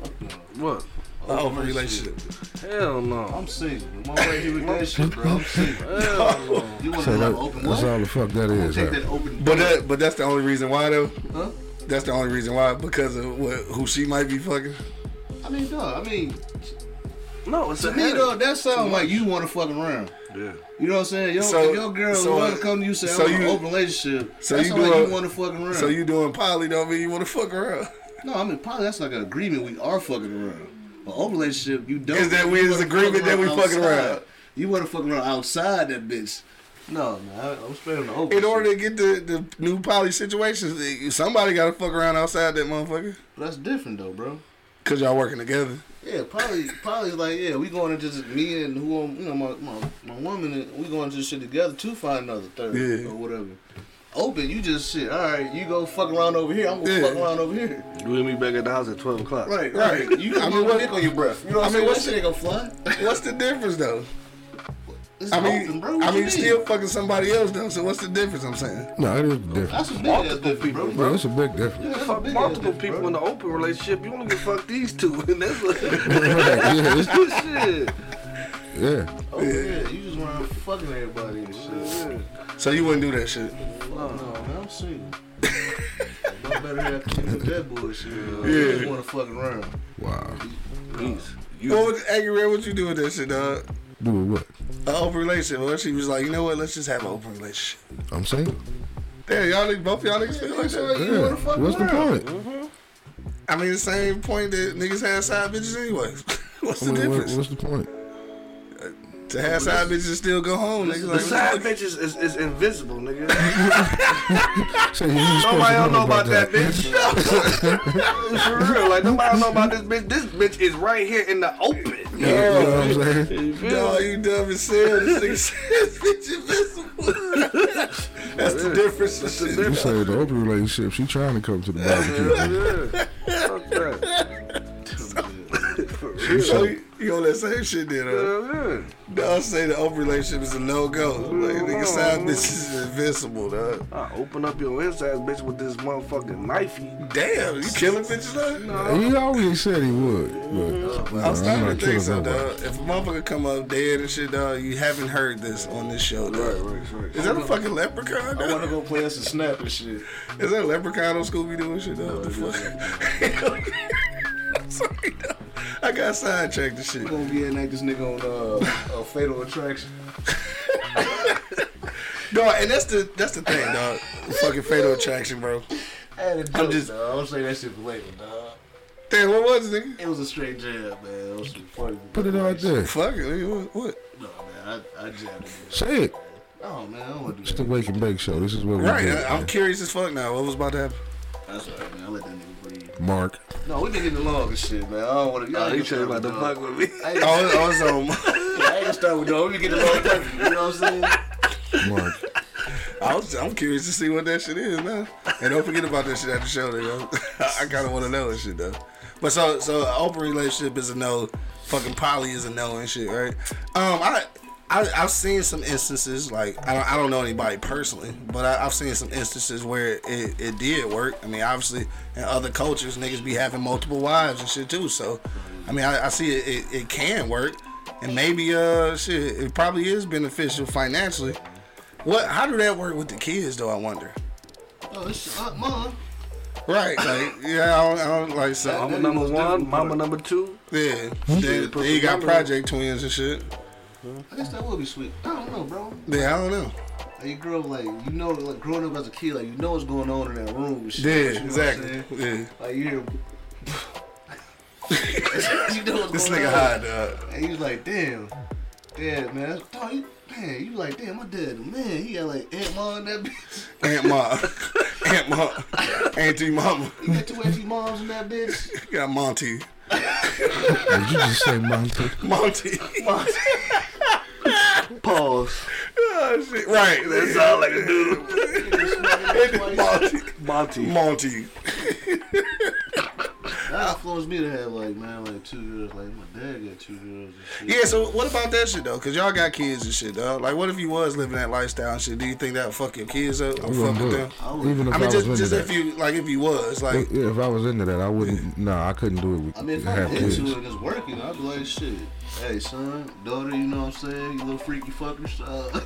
Speaker 4: Fuck no.
Speaker 3: What?
Speaker 1: An open relationship.
Speaker 3: Hell no.
Speaker 4: I'm single. My way here with that shit, bro. I'm single.
Speaker 3: Hell no.
Speaker 4: You
Speaker 2: So
Speaker 4: want to have
Speaker 2: that,
Speaker 4: an open
Speaker 2: that's
Speaker 4: what?
Speaker 2: all the fuck that
Speaker 4: Take
Speaker 2: is. huh?
Speaker 4: that open
Speaker 1: But
Speaker 4: door.
Speaker 1: that, but that's the only reason why though.
Speaker 4: Huh?
Speaker 1: That's the only reason why because of what who she might be fucking.
Speaker 4: I mean, no. I mean,
Speaker 3: No, it's a
Speaker 4: to me,
Speaker 3: headache.
Speaker 4: though, that sounds like you want to fuck around.
Speaker 3: Yeah.
Speaker 4: You know what I'm saying? Your,
Speaker 1: So-
Speaker 4: your girl
Speaker 1: so,
Speaker 4: want to come to you say,
Speaker 1: so
Speaker 4: I'm in an
Speaker 1: you-
Speaker 4: open relationship.
Speaker 1: so
Speaker 4: that
Speaker 1: you
Speaker 4: sound
Speaker 1: do
Speaker 4: like
Speaker 1: a-
Speaker 4: you want to fuck around.
Speaker 1: So you doing poly don't mean you want to fuck her up.
Speaker 4: no, I mean, probably that's like an agreement we are fucking around. An open relationship, you don't.
Speaker 1: Is that we-
Speaker 4: you
Speaker 1: is
Speaker 4: wanna
Speaker 1: agreement
Speaker 4: fuck
Speaker 1: that we
Speaker 4: around
Speaker 1: fucking
Speaker 4: outside.
Speaker 1: around?
Speaker 4: You want to fuck around outside that bitch. No, man. I, I'm sparing the open
Speaker 1: In
Speaker 4: shit.
Speaker 1: order to get the, the new poly situations, eh, somebody got to fuck around outside that motherfucker.
Speaker 4: That's different, though, bro.
Speaker 1: Cause y'all working together.
Speaker 4: Yeah, probably, probably like yeah, we going into just me and who I'm, you know my, my my woman and we going into this shit together to find another third
Speaker 1: Yeah.
Speaker 4: or whatever. Open, you just shit. All right, you go fuck around over here. I'm gonna
Speaker 1: Yeah.
Speaker 4: fuck around over here.
Speaker 3: You and me back at the house at 12 o'clock.
Speaker 4: Right,
Speaker 1: Right.
Speaker 4: right. You got
Speaker 1: I
Speaker 4: I
Speaker 1: mean, what-
Speaker 4: dick on your breath. You know what
Speaker 1: I
Speaker 4: I
Speaker 1: mean,
Speaker 4: mean?
Speaker 1: what's
Speaker 4: That shit ain't gonna fly.
Speaker 1: What's the difference though?
Speaker 4: It's
Speaker 1: I mean,
Speaker 4: open, bro. What
Speaker 1: I mean,
Speaker 4: you
Speaker 1: you still fucking somebody else though. So what's the difference? I'm saying.
Speaker 2: No, it is different.
Speaker 4: That's a big ass difference, bro.
Speaker 2: Bro, it's a big difference.
Speaker 4: That's a
Speaker 3: Fuck
Speaker 4: big-ass
Speaker 3: multiple
Speaker 4: difference,
Speaker 3: people
Speaker 4: bro.
Speaker 3: in the open relationship. You only can fuck these two, and that's like
Speaker 2: Right, yeah, it's-
Speaker 3: shit.
Speaker 2: Yeah.
Speaker 4: Oh, yeah, you just want to fucking everybody and shit.
Speaker 1: So you wouldn't do that shit.
Speaker 4: No, Oh, no, man, I'm single. no better have to with that bullshit. Yeah. You just want to fuck around.
Speaker 2: Wow.
Speaker 4: Please.
Speaker 1: What would Angry Red? What you do with that shit, dog?
Speaker 2: Doing what?
Speaker 1: An open relationship. Well, she was like, you know what? Let's just have an open relationship.
Speaker 2: I'm saying.
Speaker 1: Damn, y'all niggas, both y'all niggas feel like that.
Speaker 2: Yeah. What's the point?
Speaker 4: Mm-hmm.
Speaker 1: I mean, the same point that niggas have side bitches anyway. What's
Speaker 2: I
Speaker 1: the
Speaker 2: mean, what,
Speaker 1: difference?
Speaker 2: what's the point?
Speaker 1: to have side bitches and still go home, niggas.
Speaker 4: The
Speaker 1: Like,
Speaker 4: side bitches is, is invisible, nigga.
Speaker 2: Say, you just supposed
Speaker 4: Nobody
Speaker 2: to
Speaker 4: don't know about that bitch. For real, like nobody don't know about this bitch. This bitch is right here in the open.
Speaker 2: Yeah, you know what I'm saying?
Speaker 4: You feel
Speaker 1: dog,
Speaker 4: me?
Speaker 1: you dumb as hell. This nigga says bitch invisible. That's the difference. That's the
Speaker 2: You
Speaker 1: difference.
Speaker 2: say the open relationship, she trying to come to the barbecue.
Speaker 3: Yeah. Fuck that.
Speaker 1: So you, you on that same shit then, huh?
Speaker 3: Yeah,
Speaker 1: Dog say the open relationship is a no go. Like, nigga side bitches is invisible, dog.
Speaker 3: I open up your insides, bitch, with this motherfucking knifey.
Speaker 1: Damn, you killing bitches, dog? No.
Speaker 2: He always said he would. But, nah,
Speaker 1: I'm starting to
Speaker 2: not
Speaker 1: think
Speaker 2: killing
Speaker 1: so,
Speaker 2: nobody.
Speaker 1: dog. If a motherfucker come up dead and shit, dog, you haven't heard this on this show, dog. Is that a fucking leprechaun?
Speaker 4: I want to
Speaker 1: Dog?
Speaker 4: go play us a snap and shit.
Speaker 1: Is that a leprechaun on Scooby Doo and shit, dog? What the fuck? I'm sorry, dog. I got sidetracked and shit.
Speaker 4: Gonna be like this nigga on uh, a Fatal Attraction.
Speaker 1: Dog, and that's the that's the thing, dog. fucking fatal attraction, bro.
Speaker 4: I had a joke, I'm
Speaker 1: just-
Speaker 4: just, dog. I'm saying that shit for later, dog.
Speaker 1: Damn, what was it, nigga?
Speaker 4: It was a straight jab, man. It was some funny.
Speaker 2: Put it out there.
Speaker 1: Fuck it, nigga. What? what?
Speaker 4: No, man, I, I jabbed it.
Speaker 2: Say it.
Speaker 4: Oh, man, I don't want to
Speaker 2: It's
Speaker 4: do
Speaker 2: the
Speaker 4: that.
Speaker 2: Wake and Bake Show. This is what we
Speaker 1: Right,
Speaker 2: do.
Speaker 1: I, I'm curious as fuck now. What was about to happen?
Speaker 4: That's all right, man. I let that nigga breathe.
Speaker 2: Mark.
Speaker 4: No, we been getting along and shit, man. I don't want to.
Speaker 3: Oh, he trying about to fuck with me.
Speaker 4: uh, I ain't
Speaker 1: Oh,
Speaker 4: gonna
Speaker 1: it- oh, it's on.
Speaker 4: start with no. We getting along perfect. You know what I'm saying?
Speaker 2: Mark.
Speaker 1: I was, I'm curious to see what that shit is now. And don't forget about that shit at the show, nigga. I kind of want to know that shit though. But so, so an open relationship is a no. Fucking poly is a no and shit, right? Um, I. I, I've seen some instances, like I don't, I don't know anybody personally, but I, I've seen some instances where it, it did work. I mean, obviously, in other cultures, niggas be having multiple wives and shit too. So, I mean, I, I see it, it, it can work, and maybe uh, shit, it probably is beneficial financially. What? How do that work with the kids, though? I wonder.
Speaker 4: Oh, it's uh, mom.
Speaker 1: Right? Like, yeah, I don't, I don't like so.
Speaker 3: Mama number one, mama number two.
Speaker 1: Yeah, then, then you got project twins and shit.
Speaker 4: I guess that would be sweet. I don't know, bro.
Speaker 1: Yeah, I don't know.
Speaker 4: Like, you grow like you know, like growing up as a kid, like you know what's going on in that room. And shit,
Speaker 1: Yeah,
Speaker 4: you know what I'm
Speaker 1: exactly.
Speaker 4: saying?
Speaker 1: Yeah,
Speaker 4: Like you hear. you know what's
Speaker 1: this
Speaker 4: going
Speaker 1: nigga
Speaker 4: on.
Speaker 1: high, dog.
Speaker 4: And he was like, damn. Damn, man. That's, dog, you, man, you like, damn, my dad, man, he got like Aunt Ma and that bitch.
Speaker 1: Aunt Ma, Aunt Ma, Auntie Mama,
Speaker 4: He got two auntie moms and that bitch.
Speaker 1: got Monty,
Speaker 2: Did you just say Monty?
Speaker 1: Monty.
Speaker 3: Pause.
Speaker 1: Oh, shit. Right, that's all like a dude. Monty,
Speaker 3: Monty.
Speaker 1: Monty.
Speaker 4: That influenced me to have like, man, like two girls. Like my dad got two girls and shit.
Speaker 1: Yeah, so what about that shit though? Cause y'all got kids and shit, dog. Like, what if you was living that lifestyle and shit? Do you think that would fuck your kids up or
Speaker 2: I
Speaker 1: fuck with
Speaker 2: wouldn't do
Speaker 1: them?
Speaker 2: it. Even if I,
Speaker 1: I mean,
Speaker 2: was
Speaker 1: just,
Speaker 2: into
Speaker 1: just
Speaker 2: that.
Speaker 1: if you like, if you was like,
Speaker 2: Yeah, if I was into that, I wouldn't. No, I couldn't do it with
Speaker 4: I mean, if
Speaker 2: half
Speaker 4: I'm
Speaker 2: kids.
Speaker 4: into it and it's working, I'd be like, shit. Hey, son, daughter, you know what I'm saying? You little freaky fuckers. Uh,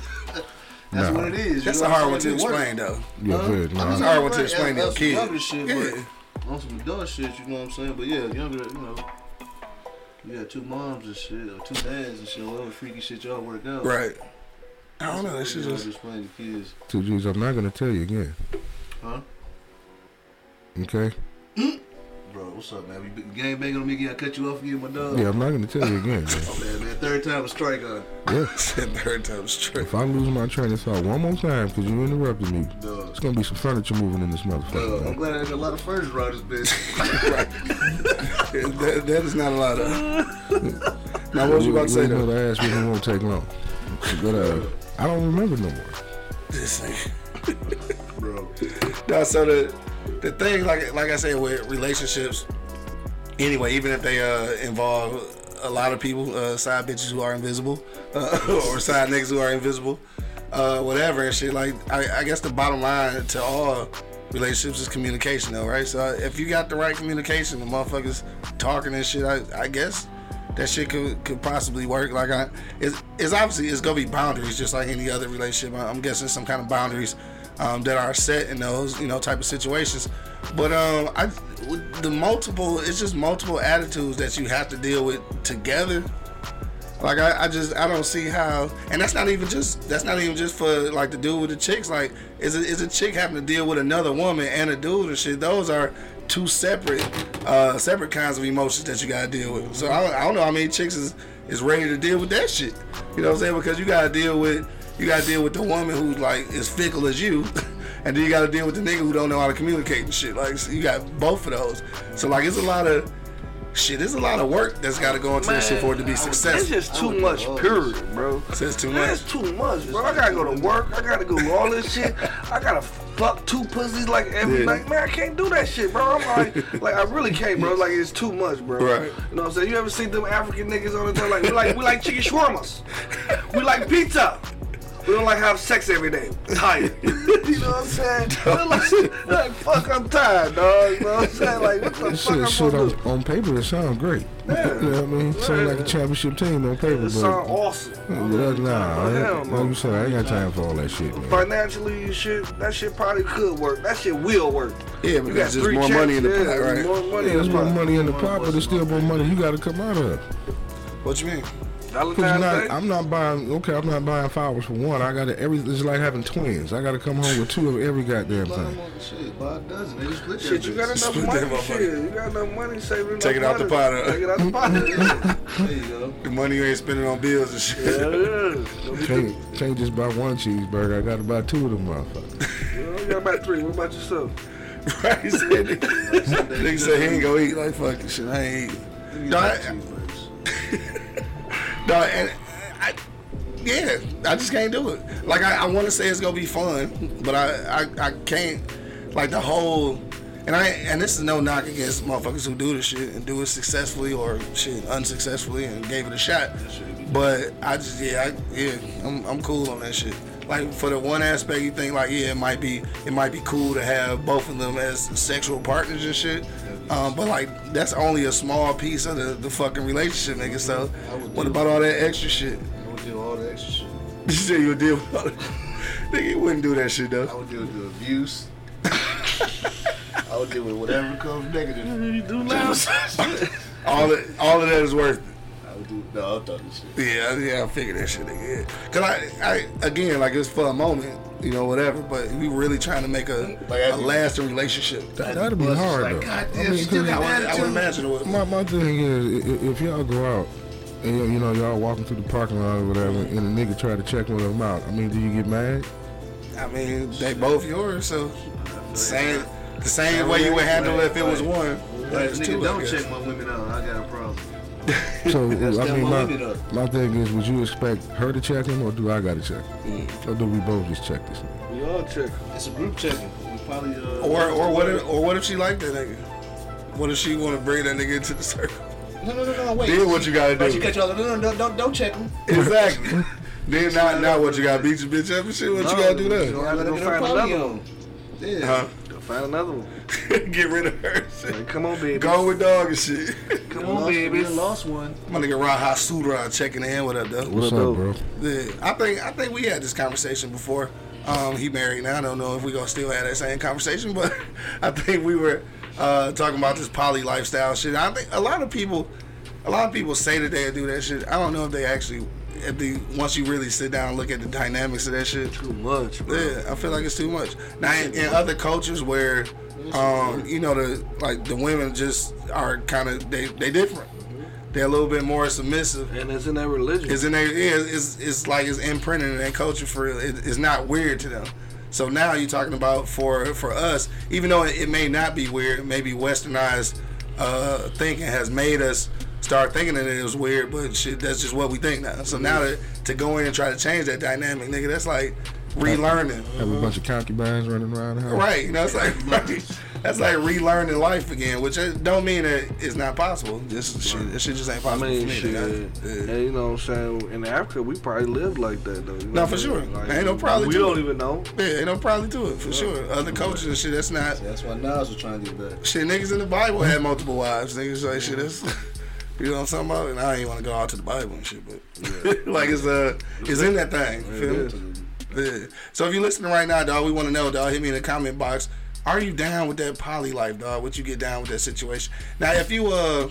Speaker 4: that's
Speaker 2: Nah.
Speaker 4: what it is. you
Speaker 1: that's
Speaker 4: know
Speaker 1: a
Speaker 4: what
Speaker 1: hard
Speaker 4: I'm
Speaker 1: one to
Speaker 4: saying? It works.
Speaker 1: explain though.
Speaker 2: Yeah, good.
Speaker 4: I
Speaker 2: Nah,
Speaker 4: mean,
Speaker 1: It's a hard one
Speaker 4: right,
Speaker 1: to explain to
Speaker 4: that's
Speaker 1: your
Speaker 4: some other
Speaker 1: kid.
Speaker 4: shit,
Speaker 1: Yeah.
Speaker 4: but on some adult shit, you know what I'm saying? But yeah, younger, you know, you got two moms and shit, or two dads and shit, whatever freaky shit y'all work out.
Speaker 1: Right. I don't know. That shit
Speaker 4: That's
Speaker 1: just.
Speaker 4: just playing the kids.
Speaker 2: two G's. I'm not gonna tell you again.
Speaker 4: Huh?
Speaker 2: Okay.
Speaker 4: Bro, what's up, man? You been gang banging on me again? I cut you off again, my dog.
Speaker 2: Yeah, I'm not gonna tell you again. Man.
Speaker 4: Oh, man, man, third time a strike uh, on it.
Speaker 2: Yeah.
Speaker 1: Said third time straight.
Speaker 2: If I lose my train of thought one more time because you interrupted me,
Speaker 4: Dog.
Speaker 2: it's gonna be some furniture moving in this
Speaker 4: Dog, I'm
Speaker 2: motherfucker. man.
Speaker 4: glad I got a lot of first rounders, bitch.
Speaker 1: That, that is not a lot of. now what was you about to say
Speaker 2: know
Speaker 1: though?
Speaker 2: the ass whipping won't take long. But uh, I don't remember no more.
Speaker 1: This thing.
Speaker 4: Bro,
Speaker 1: Nah, so the the thing like like I said with relationships. Anyway, even if they uh, involve a lot of people, uh, side bitches who are invisible, uh, or side niggas who are invisible, uh, whatever and shit. Like I, I guess the bottom line to all relationships is communication, though, right? So if you got the right communication, the motherfuckers talking and shit, I, I guess. that shit could, could possibly work. Like I, it's, it's obviously it's gonna be boundaries, just like any other relationship. I- I'm guessing some kind of boundaries um, that are set in those you know type of situations. But um, I with the multiple, it's just multiple attitudes that you have to deal with together. Like I, I just I don't see how, and that's not even just that's not even just for like the dude with the chicks. Like is a, is a chick having to deal with another woman and a dude and shit? Those are two separate uh separate kinds of emotions that you gotta deal with. So I, don't- I don't know how many chicks is is ready to deal with that shit. You know what I'm saying? Because you gotta deal with you gotta deal with the woman who's like as fickle as you. And then you gotta deal with the nigga who don't know how to communicate and shit. Like so you got both of those. So like it's a lot of shit. There's a lot of work that's gotta go into this shit for it to be
Speaker 3: That's
Speaker 1: successful.
Speaker 3: just too much, period, bro.
Speaker 1: Says too much.
Speaker 3: That's too much, bro. I gotta go to work. I gotta go do all this shit. I gotta fuck two pussies like every
Speaker 1: Yeah.
Speaker 3: night. Man, I can't do that shit, bro. I'm like, like I really can't, bro. Like it's too much, bro.
Speaker 1: Right.
Speaker 3: You know what I'm saying? You ever seen them African niggas on the thing like we like we like chicken shawarmas, we like pizza. We don't like have sex every day. Tired. you know what I'm saying? They're like, they're like, fuck, I'm tired, dog. You know what I'm saying? Like, what the
Speaker 2: That
Speaker 3: fuck
Speaker 2: shit,
Speaker 3: I'm
Speaker 2: shit
Speaker 3: gonna
Speaker 2: on,
Speaker 3: do?
Speaker 2: on paper, it sounds great.
Speaker 3: Yeah.
Speaker 2: You know what I mean? Sound like a championship team on paper,
Speaker 3: It sounds
Speaker 2: but.
Speaker 3: awesome.
Speaker 2: But nah, I,
Speaker 3: Hell no.
Speaker 2: like you said, I ain't got time for all that shit, man.
Speaker 3: financially and shit, that shit probably could work. That shit will work.
Speaker 1: Yeah,
Speaker 3: You
Speaker 1: because
Speaker 3: got
Speaker 1: it's just
Speaker 3: three
Speaker 1: more
Speaker 3: checks,
Speaker 1: money in the
Speaker 3: yeah,
Speaker 1: pot, right?
Speaker 3: More money
Speaker 2: Yeah,
Speaker 3: in
Speaker 2: there's
Speaker 3: the
Speaker 2: more
Speaker 3: pot.
Speaker 2: money in the pot, but there's still more money you got to come out of.
Speaker 1: What you mean?
Speaker 2: Cause
Speaker 3: Valentine's
Speaker 2: not,
Speaker 3: Day?
Speaker 2: I'm not buying. Okay, I'm not buying flowers for one. I got to every. It's like having twins. I got to come home with two of every goddamn
Speaker 4: Buy
Speaker 2: thing.
Speaker 4: them on the shit, buy a dozen. They just split that
Speaker 3: Shit, you
Speaker 4: bitch.
Speaker 3: got enough
Speaker 1: Split that
Speaker 3: money.
Speaker 1: motherfucker.
Speaker 3: Shit, you got enough money saving.
Speaker 1: Take it out
Speaker 3: enough
Speaker 1: the
Speaker 3: money.
Speaker 1: pot, huh?
Speaker 3: Take it out the pot. yeah,
Speaker 4: There you go.
Speaker 1: The money you ain't spending on bills and shit.
Speaker 3: yeah.
Speaker 2: Can't, can't just buy one cheeseburger. I got to buy two of them motherfuckers.
Speaker 3: You know, you got about three. What about yourself?
Speaker 1: right? He said, nigga said he ain't gonna eat. Like, fuck this shit, I ain't eating. No, I- no, and I, yeah, I just can't do it. Like, I, I want to say it's gonna be fun, but I, I, I can't. Like the whole, and I, and this is no knock against motherfuckers who do this shit and do it successfully or shit unsuccessfully and gave it a shot. But I just, yeah, I, yeah, I'm, I'm cool on that shit. Like for the one aspect, you think like, yeah, it might be, it might be cool to have both of them as sexual partners and shit. Um, but like, that's only a small piece of the, the fucking relationship, nigga. So, what about all that extra shit?
Speaker 4: I would do all the extra shit.
Speaker 1: You said you would deal with all that. Nigga, you wouldn't do that shit
Speaker 4: I
Speaker 1: though.
Speaker 4: would deal with the abuse. I would deal with whatever comes negative.
Speaker 3: You do loud
Speaker 1: All that, all of that is worth it.
Speaker 4: I would do the other shit.
Speaker 1: Yeah, yeah, I figured that shit again. Cause I, I again, like it's for a moment, you know, whatever. But we really trying to make a,
Speaker 4: Like, I-
Speaker 1: a lasting relationship. That,
Speaker 2: That'd be hard though.
Speaker 4: Goddamn,
Speaker 2: I mean, cause
Speaker 4: she still got
Speaker 1: I, would, I would
Speaker 4: attitude.
Speaker 1: imagine it would.
Speaker 2: My, my thing is, i- i- if y'all go out and y- you know y'all walking through the parking lot or whatever, and a nigga try to check one of them out, I mean, do you get mad?
Speaker 1: I mean, they both yours, so same, the same way you would handle it if it was one.
Speaker 4: Like,
Speaker 1: it's
Speaker 4: nigga,
Speaker 1: two, I
Speaker 4: don't
Speaker 1: guess.
Speaker 4: check my women out. I got a problem.
Speaker 2: So I
Speaker 4: that
Speaker 2: mean, my,
Speaker 4: limit up.
Speaker 2: my thing is, would you expect her to check him, or do I gotta check? him?
Speaker 4: Mm.
Speaker 2: Or do we both just check this? Nigga?
Speaker 3: We all check.
Speaker 4: It's a group checking. We probably uh,
Speaker 1: Or or what if, or what if she like that nigga? What if she want to bring that nigga into the circle?
Speaker 4: No, no, no, no. Wait.
Speaker 1: Then what you gotta
Speaker 4: But
Speaker 1: do?
Speaker 4: you got y'all. No, no, no, don't, don't check them.
Speaker 1: Exactly. then not not what you gotta beat your bitch up and shit. What you gotta do
Speaker 3: You
Speaker 1: then?
Speaker 3: don't have to go find another one.
Speaker 4: Yeah.
Speaker 1: Huh?
Speaker 3: Go find another one.
Speaker 1: Get rid of her.
Speaker 3: Like, come on, baby.
Speaker 1: Go with dog and shit.
Speaker 3: Come
Speaker 4: Lost
Speaker 3: on,
Speaker 4: one,
Speaker 3: baby.
Speaker 4: you Lost one.
Speaker 1: My nigga Raha Sudra checking in with her though.
Speaker 2: What's up, bro?
Speaker 1: Yeah, I think I think we had this conversation before. Um, he married now. I don't know if we gonna still have that same conversation, but I think we were uh, talking about this poly lifestyle shit. I think a lot of people, a lot of people say that they do that shit. I don't know if they actually, if they once you really sit down and look at the dynamics of that shit.
Speaker 3: Too much, bro.
Speaker 1: Yeah, I feel like it's too much. Now, in, in other cultures where, um, you know, the like the women just are kind of they they different. They're a little bit more submissive.
Speaker 3: And it's in that religion.
Speaker 1: It's in their yeah, it's it's like it's imprinted in that culture for real. It, it's not weird to them. So now you're talking about for for us, even though it, it may not be weird, maybe westernized uh, thinking has made us start thinking that it was weird, but shit, that's just what we think now. So now to, to go in and try to change that dynamic, nigga, that's like relearning.
Speaker 2: Have a bunch of concubines running around the house.
Speaker 1: Right. You know, it's like that's like relearning life again, which it don't mean that it's not possible. This shit, this shit just ain't
Speaker 3: I
Speaker 1: possible
Speaker 3: mean,
Speaker 1: for me.
Speaker 3: shit.
Speaker 1: nigga. Yeah.
Speaker 3: And you know what I'm saying? In Africa, we probably live like that, though. You know
Speaker 1: No,
Speaker 3: what
Speaker 1: for
Speaker 3: I mean?
Speaker 1: sure.
Speaker 3: Like,
Speaker 1: Ain't no problem
Speaker 3: We
Speaker 1: to
Speaker 3: don't
Speaker 1: it.
Speaker 3: even know.
Speaker 1: Yeah, ain't no probably do it for sure. Other cultures and shit, that's not
Speaker 4: That's why Nas was trying to get better.
Speaker 1: shit. Niggas in the Bible had multiple wives. Niggas like shit. That's You know what I'm talking about? And I ain't want to go out to the Bible and shit, but like it's uh it's in that thing. You feel me? Yeah. So if you're listening right now, dog, we want to know, dog. Hit me in the comment box. Are you down with that poly life, dog? Would you get down with that situation? Now, if you uh,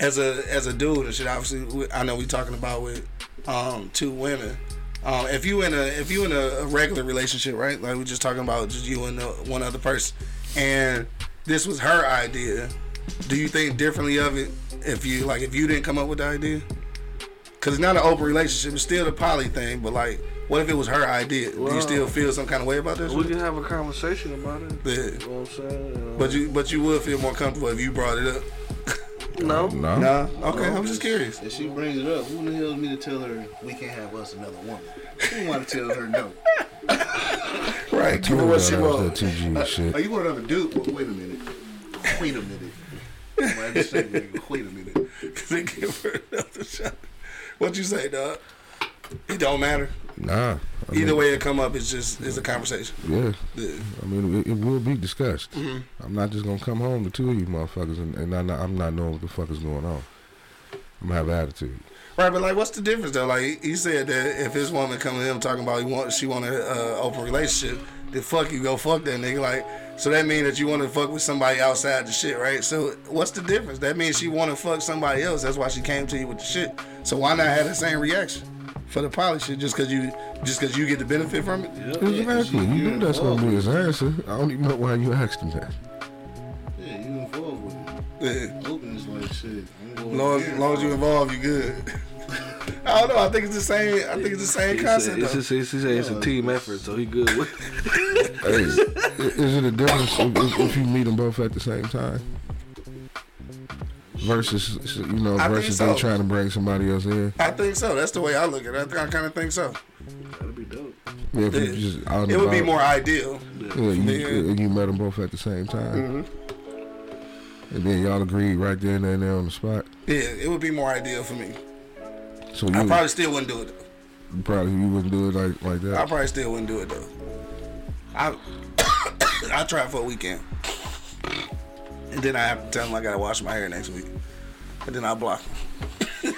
Speaker 1: as a as a dude and shit, obviously, we- I know we talking about with um two women. Um, if you in a if you in a regular relationship, right? Like we just talking about just you and the, one other person, and this was her idea. Do you think differently of it if you like if you didn't come up with the idea? Cause it's not an open relationship. It's still the poly thing. But like, what if it was her idea? Do you
Speaker 3: Well,
Speaker 1: still feel some kind of way about this?
Speaker 3: We can have a conversation about it.
Speaker 1: Yeah.
Speaker 3: You know what I'm saying? And, uh,
Speaker 1: But you, but you would feel more comfortable if you brought it up.
Speaker 3: no.
Speaker 2: No.
Speaker 1: Nah. Okay. I'm just curious.
Speaker 4: And she brings it up. Who the hell is me to tell her we can't have us another woman? Who want to tell her no?
Speaker 1: Right. Give her what
Speaker 2: Told y'all
Speaker 1: she
Speaker 2: that was
Speaker 1: wants.
Speaker 2: that TG
Speaker 4: Are
Speaker 2: shit.
Speaker 4: you one of a dude? Well, wait a minute. Wait a minute. Why you say that? Wait a minute.
Speaker 1: They give her another shot. What you say, dog? It don't matter.
Speaker 2: Nah. I mean,
Speaker 1: Either way it come up, it's just it's a conversation.
Speaker 2: Yeah.
Speaker 1: Yeah. Mm-hmm.
Speaker 2: I mean, it, it will be discussed. I'm not just gonna come home to two of you motherfuckers and, and I'm, not, I'm not knowing what the fuck is going on. I'm gonna have an attitude.
Speaker 1: Right, but like, what's the difference though? Like, he said that if his woman come to him talking about he want, she want an uh, open relationship, then fuck you, go fuck that nigga. Like, so that means that you want to fuck with somebody outside the shit, right? So what's the difference? That means she want to fuck somebody else. That's why she came to you with the shit. So why not have the same reaction for the poly shit? Just cause you, just cause you get the benefit from it.
Speaker 2: Exactly. You knew that's gonna be his answer. I don't even know why you asked him that.
Speaker 4: Yeah, you involved with it.
Speaker 1: Yeah.
Speaker 4: Open is like shit. I'm going
Speaker 1: Long as,
Speaker 4: here.
Speaker 1: long as you involved, you good. I don't know. I think it's the same. I think it's the same
Speaker 3: He
Speaker 1: concept.
Speaker 3: said, it's,
Speaker 1: though.
Speaker 3: just, it's, just- it's a team effort, so he good with it.
Speaker 2: Hey, is it a difference if, if, if you meet them both at the same time? Versus, you know,
Speaker 1: I think
Speaker 2: versus
Speaker 1: so.
Speaker 2: they trying to bring somebody else in.
Speaker 1: I think so. That's the way I look at it. I, think- I kind of think so.
Speaker 3: That'd be dope.
Speaker 2: Yeah, if
Speaker 1: Yeah.
Speaker 2: you just out and
Speaker 1: It would be
Speaker 2: about.
Speaker 1: more ideal.
Speaker 2: Yeah, you,
Speaker 1: Yeah.
Speaker 2: and you met them both at the same time. And then y'all agreed right then and there on the spot.
Speaker 1: Yeah, it would be more ideal for me.
Speaker 2: So you
Speaker 1: I
Speaker 2: would-
Speaker 1: probably still wouldn't do it.
Speaker 2: you probably you wouldn't do it like like
Speaker 1: I
Speaker 2: that.
Speaker 1: probably still wouldn't do it though. I I try for a weekend, and then I have to tell him I gotta wash my hair next week, and then I block him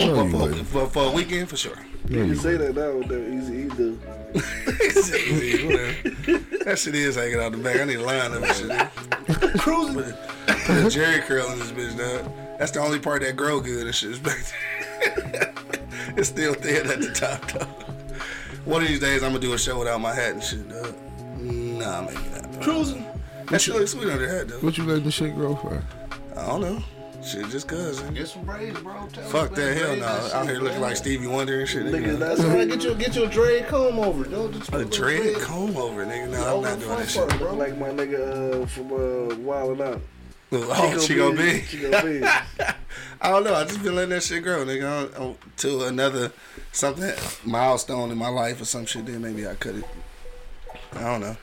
Speaker 2: No, you
Speaker 1: for,
Speaker 2: wouldn't.
Speaker 1: for, for a weekend for sure.
Speaker 2: No, you
Speaker 3: You
Speaker 2: wouldn't.
Speaker 3: say that now with that easy either.
Speaker 1: that shit is hanging out the back. I need a line of that shit. Cruising. Put a Jerry curl in this bitch, dog. That's the only part that grow good and shit is back there. it's still thin at the top, though. One of these days, I'm gonna do a show without my hat and shit, dog. Nah, maybe not. Cruising. That shit looks sweet under hat, though.
Speaker 2: What you letting the shit grow for?
Speaker 1: I don't know. Shit, just cuz. man.
Speaker 4: Get some braids, bro. Tell
Speaker 1: Fuck
Speaker 4: her,
Speaker 1: that,
Speaker 4: man,
Speaker 1: hell
Speaker 4: braid
Speaker 1: no.
Speaker 4: that
Speaker 1: Out
Speaker 4: shit,
Speaker 1: here looking
Speaker 4: man.
Speaker 1: like Stevie Wonder and shit.
Speaker 4: Nigga,
Speaker 1: Nigga.
Speaker 4: that's right. Get your get your dread comb over, dog. Just
Speaker 1: A
Speaker 4: put
Speaker 1: dread comb over, nigga. No, I'm
Speaker 4: over
Speaker 1: not
Speaker 4: the
Speaker 1: doing that
Speaker 4: front
Speaker 1: shit.
Speaker 4: part, bro.
Speaker 3: Like my nigga uh, from uh, Wild and Out.
Speaker 1: Oh, Chico B.
Speaker 3: Chico B.
Speaker 1: I don't know. I just been letting that shit grow, nigga. I don't- I don't- To another something milestone in my life or some shit. Then maybe I cut it. I don't know.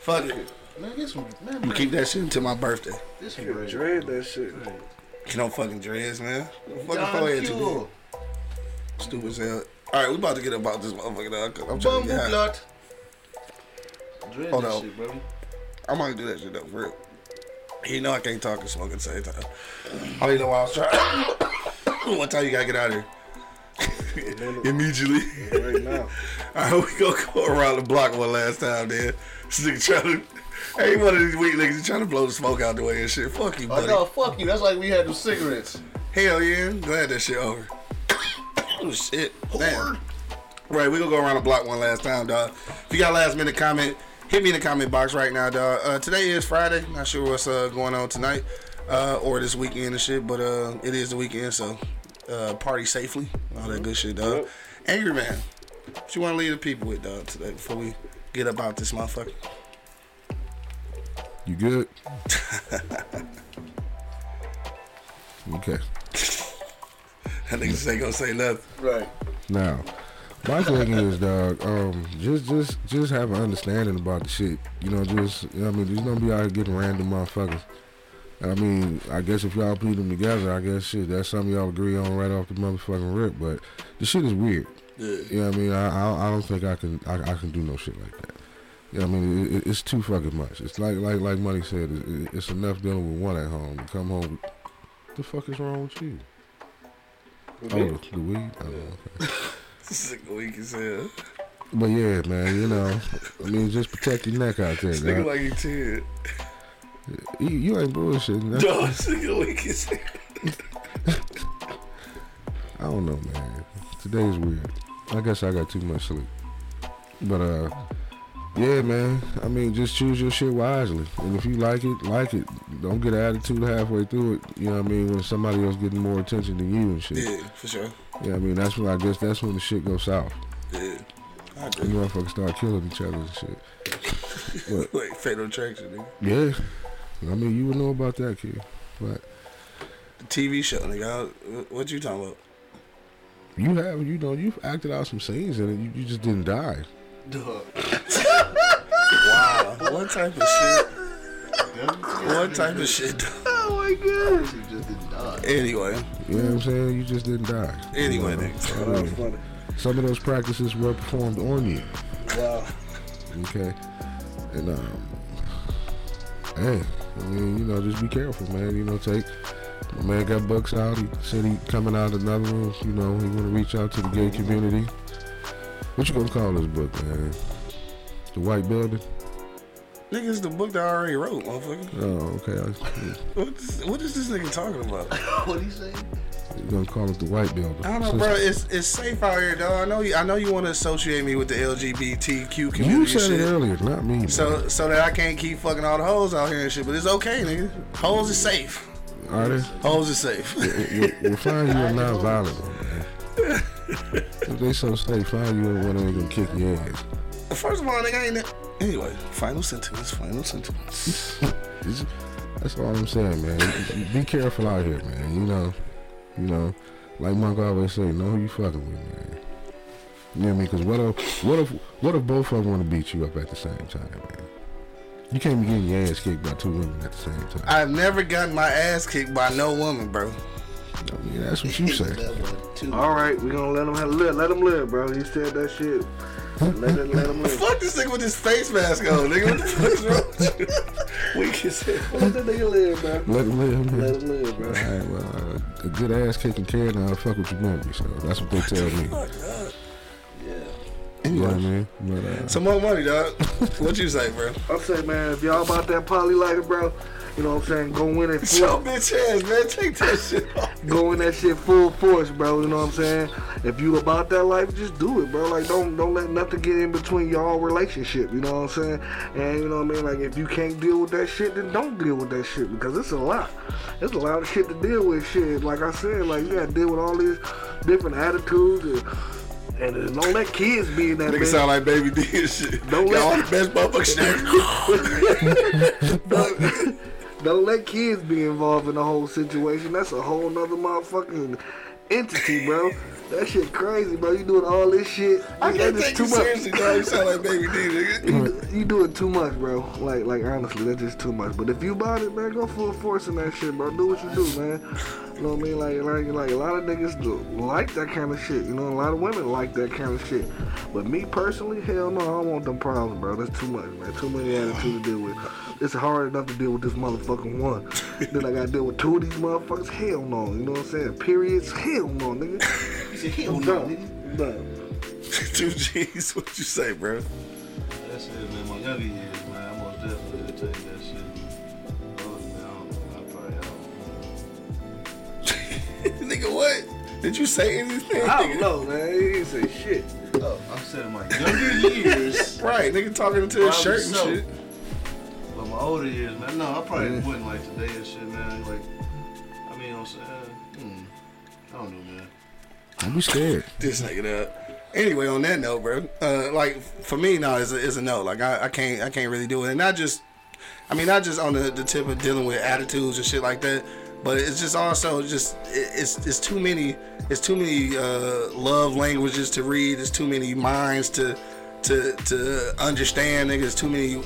Speaker 1: Fuck it.
Speaker 4: Man, get some man,
Speaker 1: I'm gonna
Speaker 4: braid.
Speaker 1: keep that shit until my birthday.
Speaker 4: Get some
Speaker 3: You
Speaker 4: braids.
Speaker 3: Dread that shit.
Speaker 1: You don't fucking dreads, man. Don't Fucking
Speaker 4: Don
Speaker 1: forehead
Speaker 4: Q.
Speaker 1: too big. Stupid as hell. All right, we about to get about this motherfucker. Though, 'cause I'm trying to
Speaker 4: Bumble
Speaker 1: get high.
Speaker 4: blood. Dread
Speaker 1: Hold
Speaker 4: that
Speaker 1: on.
Speaker 4: shit, brother.
Speaker 1: I might do that shit though, for real. You know I can't talk and smoke at the same time. I don't even know why I was trying. One time you gotta get out of here. Immediately.
Speaker 3: Right now.
Speaker 1: Alright, we gonna go around the block one last time, then. This nigga trying to. Hey, one of these weak niggas trying to blow the smoke out the way and shit. Fuck you,
Speaker 4: Oh
Speaker 1: buddy.
Speaker 4: no, fuck you. That's like we had them cigarettes.
Speaker 1: Hell yeah. Glad that shit over. oh, shit. Damn. Right, we gonna go around the block one last time, dog. If you got a last minute comment, hit me in the comment box right now, dog. Uh, today is Friday. Not sure what's uh, going on tonight uh, or this weekend and shit, but uh, it is the weekend, so uh, party safely. All that good shit, dog. Angry Man, what you wanna leave the people with, dog, today before we get up out this motherfucker?
Speaker 2: You good? okay.
Speaker 1: That niggas ain't gonna say nothing.
Speaker 4: Right.
Speaker 2: Now, my thing is, dog. Um, just, just, just have an understanding about the shit. You know, just, you know what I mean, just don't be out here getting random motherfuckers. And I mean, I guess if y'all put them together, I guess shit, that's something y'all agree on right off the motherfucking rip. But the shit is weird.
Speaker 1: Yeah.
Speaker 2: You know what I mean? I, I, I don't think I can, I, I can do no shit like that. Yeah, I mean, it, it, it's too fucking much. It's like like like Money said, it, it, it's enough dealing with one at home. You come home, the fuck is wrong with you? Oh, the, the weed. Oh, okay.
Speaker 7: Sick weak as hell.
Speaker 2: But yeah, man, you know, I mean, just protect your neck out there.
Speaker 7: Nigga
Speaker 2: dog.
Speaker 7: like you ten.
Speaker 2: you, you ain't bullshitting. That's-
Speaker 7: No, nigga weak as hell.
Speaker 2: I don't know, man. Today's weird. I guess I got too much sleep. But uh yeah, man. I mean, just choose your shit wisely. And if you like it, like it. Don't get an attitude halfway through it. You know what I mean? When somebody else getting more attention than you and shit.
Speaker 7: Yeah, for sure.
Speaker 2: You know what I mean? That's when I guess that's when the shit goes south.
Speaker 7: Yeah. I
Speaker 2: You
Speaker 7: agree.
Speaker 2: motherfuckers start killing each other and shit.
Speaker 7: Like fatal attraction, nigga.
Speaker 2: Yeah. I mean, you would know about that, kid. But
Speaker 7: The TV show, nigga. I- What you talking about?
Speaker 2: you have, you know, you've acted out some scenes in it. You, you just didn't die.
Speaker 4: Dog.
Speaker 7: Wow. what type of shit? What type of shit? dog?
Speaker 4: She just didn't die.
Speaker 7: anyway,
Speaker 2: You know what I'm saying? You just didn't die.
Speaker 7: anyway,
Speaker 2: You know?
Speaker 7: nigga.
Speaker 2: I mean, Some of those practices were performed on you.
Speaker 7: Wow.
Speaker 2: Okay. And um Hey, I mean, you know, just be careful, man. You know, take my man got bucks out. He said he coming out another one. You know, he wanna reach out to the gay community. What you gonna call this book, man? The White Building?
Speaker 7: Nigga, it's the book that I already wrote, motherfucker.
Speaker 2: Oh, okay. I,
Speaker 7: What is, what is this nigga talking about?
Speaker 4: What do you say?
Speaker 2: you gonna call it the White Building.
Speaker 7: I don't know,
Speaker 2: Since-
Speaker 7: bro. It's it's safe out here, dog. I know you. I know you want to associate me with the LGBTQ community.
Speaker 2: You
Speaker 7: and
Speaker 2: said
Speaker 7: shit.
Speaker 2: it earlier, not me.
Speaker 7: So so that I can't keep fucking all the hoes out here and shit. But it's okay, nigga. Hoes is safe.
Speaker 2: man. Artist.
Speaker 7: Hoes is safe.
Speaker 2: We'll, we'll find you a non-violent one, man. if they so safe, find you a one that ain't gonna kick your ass.
Speaker 7: First of all, nigga, I ain't. that- Anyway, final sentence. Final sentence.
Speaker 2: It's- that's all I'm saying, man. Be careful out here, man. You know, you know, like Monk always say, know who you fucking with, man. You know what I mean? Because what if, what if, what if both of them want to beat you up at the same time, man? You can't be getting your ass kicked by two women at the same time.
Speaker 7: I've never gotten my ass kicked by no woman, bro.
Speaker 2: I mean, that's what you say.
Speaker 4: That one too.
Speaker 3: All right, we gonna let him have, live. Let him live, bro. He said that shit. Let it, let him live.
Speaker 7: Fuck this nigga with his face mask on, nigga. What the fuck is wrong with you?
Speaker 4: Weak as hell.
Speaker 3: Let that nigga live, bro.
Speaker 2: Let him live,
Speaker 3: Let
Speaker 2: man.
Speaker 3: him live, bro.
Speaker 2: All right, well, uh, a good ass kicking can now fuck with your memory, so that's what they tell me. You know what I mean? But, uh,
Speaker 7: Some more money, dog. What you say, bro?
Speaker 3: I say, man, if y'all about that poly lighter, bro, you know what I'm saying? Go in it full,
Speaker 7: Show bitch ass, man. Take that shit off.
Speaker 3: go in that shit full force, bro. You know what I'm saying? If you about that life, just do it, bro. Like don't don't let nothing get in between y'all relationship. You know what I'm saying? And you know what I mean? Like if you can't deal with that shit, then don't deal with that shit because it's a lot. It's a lot of shit to deal with. Shit, like I said, like you gotta deal with all these different attitudes and. And uh, don't let kids be in that.
Speaker 7: Nigga
Speaker 3: bed.
Speaker 7: sound like Baby D and shit.
Speaker 3: Don't
Speaker 7: Y'all
Speaker 3: let-
Speaker 7: the best motherfuckers there. Dog,
Speaker 3: Don't let kids be involved in the whole situation. That's a whole nother motherfucking entity, bro. That shit crazy, bro. You doing all this shit.
Speaker 7: I
Speaker 3: That
Speaker 7: can't
Speaker 3: is
Speaker 7: take you seriously, dog. You sound like Baby D, nigga.
Speaker 3: You, you doing too much, bro. Like, like honestly, that's just too much. But if you bought it, man, go full force in that shit, bro. Do what you do, man. You know what I mean? Like, like, like a lot of niggas do, like that kind of shit. You know, a lot of women like that kind of shit. But me personally, hell no, I don't want them problems, bro. That's too much, man. Too many attitudes to deal with. It's hard enough to deal with this motherfucking one. then I gotta deal with two of these motherfuckers. Hell no. You know what I'm saying? Periods. Hell no, nigga.
Speaker 4: You said hell
Speaker 3: I'm
Speaker 4: no,
Speaker 3: done.
Speaker 4: nigga.
Speaker 3: I'm done.
Speaker 7: Two G's, what you say, bro?
Speaker 4: That's it, man. My younger years, man. I most definitely would take that shit. Oh, no, I probably don't.
Speaker 7: nigga, what? Did you say anything?
Speaker 3: I don't
Speaker 7: nigga?
Speaker 3: know, man. He didn't say shit.
Speaker 4: Oh, I'm saying my younger years,
Speaker 7: Right, nigga talking to his
Speaker 4: Probably
Speaker 7: shirt and
Speaker 4: so.
Speaker 7: shit.
Speaker 4: but my older years, man. No, I probably wouldn't like today and shit, man. Like, I mean, I'm saying, hmm, I don't know, man.
Speaker 2: Don't be scared.
Speaker 7: This nigga up. Anyway, on that note, bro, uh, like for me, no, it's a, it's a no. Like I, I can't, I can't really do it, and not just, I mean, not just on the, the tip of dealing with attitudes and shit like that, but it's just also just it, it's it's too many, it's too many uh, love languages to read. It's too many minds to to to understand. Nigga, it's too many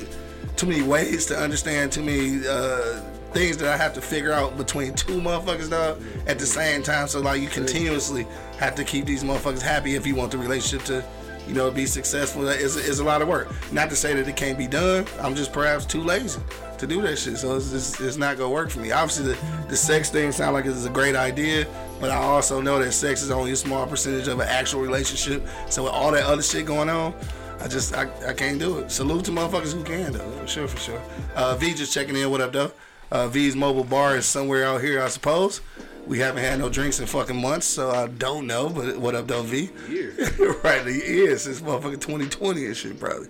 Speaker 7: too many ways to understand. Too many. Uh, Things that I have to figure out between two motherfuckers, dog, at the same time. So like, you continuously have to keep these motherfuckers happy if you want the relationship to
Speaker 1: you know, be successful. That is, is a lot of work. Not to say that it can't be done. I'm just perhaps too lazy to do that shit. So it's, it's, it's not gonna work for me. Obviously, the, the sex thing sounds like it's a great idea, but I also know that sex is only a small percentage of an actual relationship. So with all that other shit going on, I just I, I can't do it. Salute to motherfuckers who can though, for sure, for sure. Uh, v just checking in. What up, though? Uh, V's mobile bar is somewhere out here, I suppose. We haven't had no drinks in fucking months, so I don't know. But what up, though, V? Yeah. right, the year since motherfucking 2020 and shit, probably.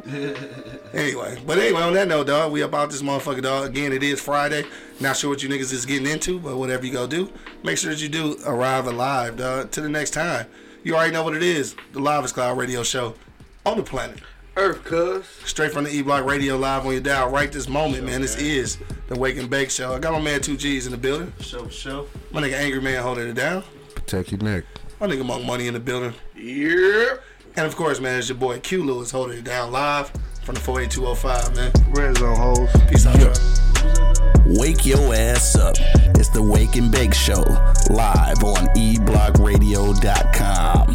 Speaker 1: Anyway, but anyway, on that note, dog, we about this motherfucker, dog. Again, it is Friday. Not sure what you niggas is getting into, but whatever you go do, make sure that you do arrive alive, dog. Till the next time, you already know what it is. The Livest Cloud Radio Show on the planet,
Speaker 3: Earth, cuz.
Speaker 1: straight from the E Block Radio, live on your dial right this moment, man. This is the Wake and Bake Show. I got my man Two G's in the building.
Speaker 4: Show, show.
Speaker 1: My nigga Angry Man holding it down.
Speaker 2: Protect your neck.
Speaker 1: My nigga Monk Money in the building.
Speaker 3: Yeah.
Speaker 1: And of course, man, it's your boy Q Lewis holding it down live from the 48205, man.
Speaker 3: Red zone hoes.
Speaker 1: Peace out, y'all.
Speaker 6: Wake your ass up. It's the Wake and Bake Show, live on E eblockradio.com.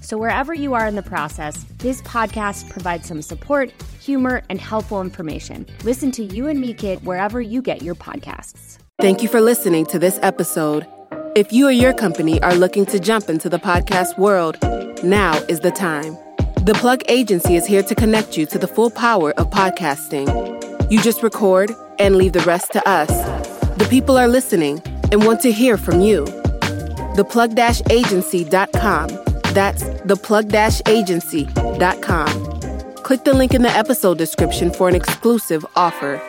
Speaker 8: So, wherever you are in the process, this podcast provides some support, humor, and helpful information. Listen to You and Me Kid wherever you get your podcasts.
Speaker 7: Thank you for listening to this episode. If you or your company are looking to jump into the podcast world, now is the time. The Plug Agency is here to connect you to the full power of podcasting. You just record and leave the rest to us. The people are listening and want to hear from you. Theplug-agency.com. That's theplug-agency.com. Click the link in the episode description for an exclusive offer.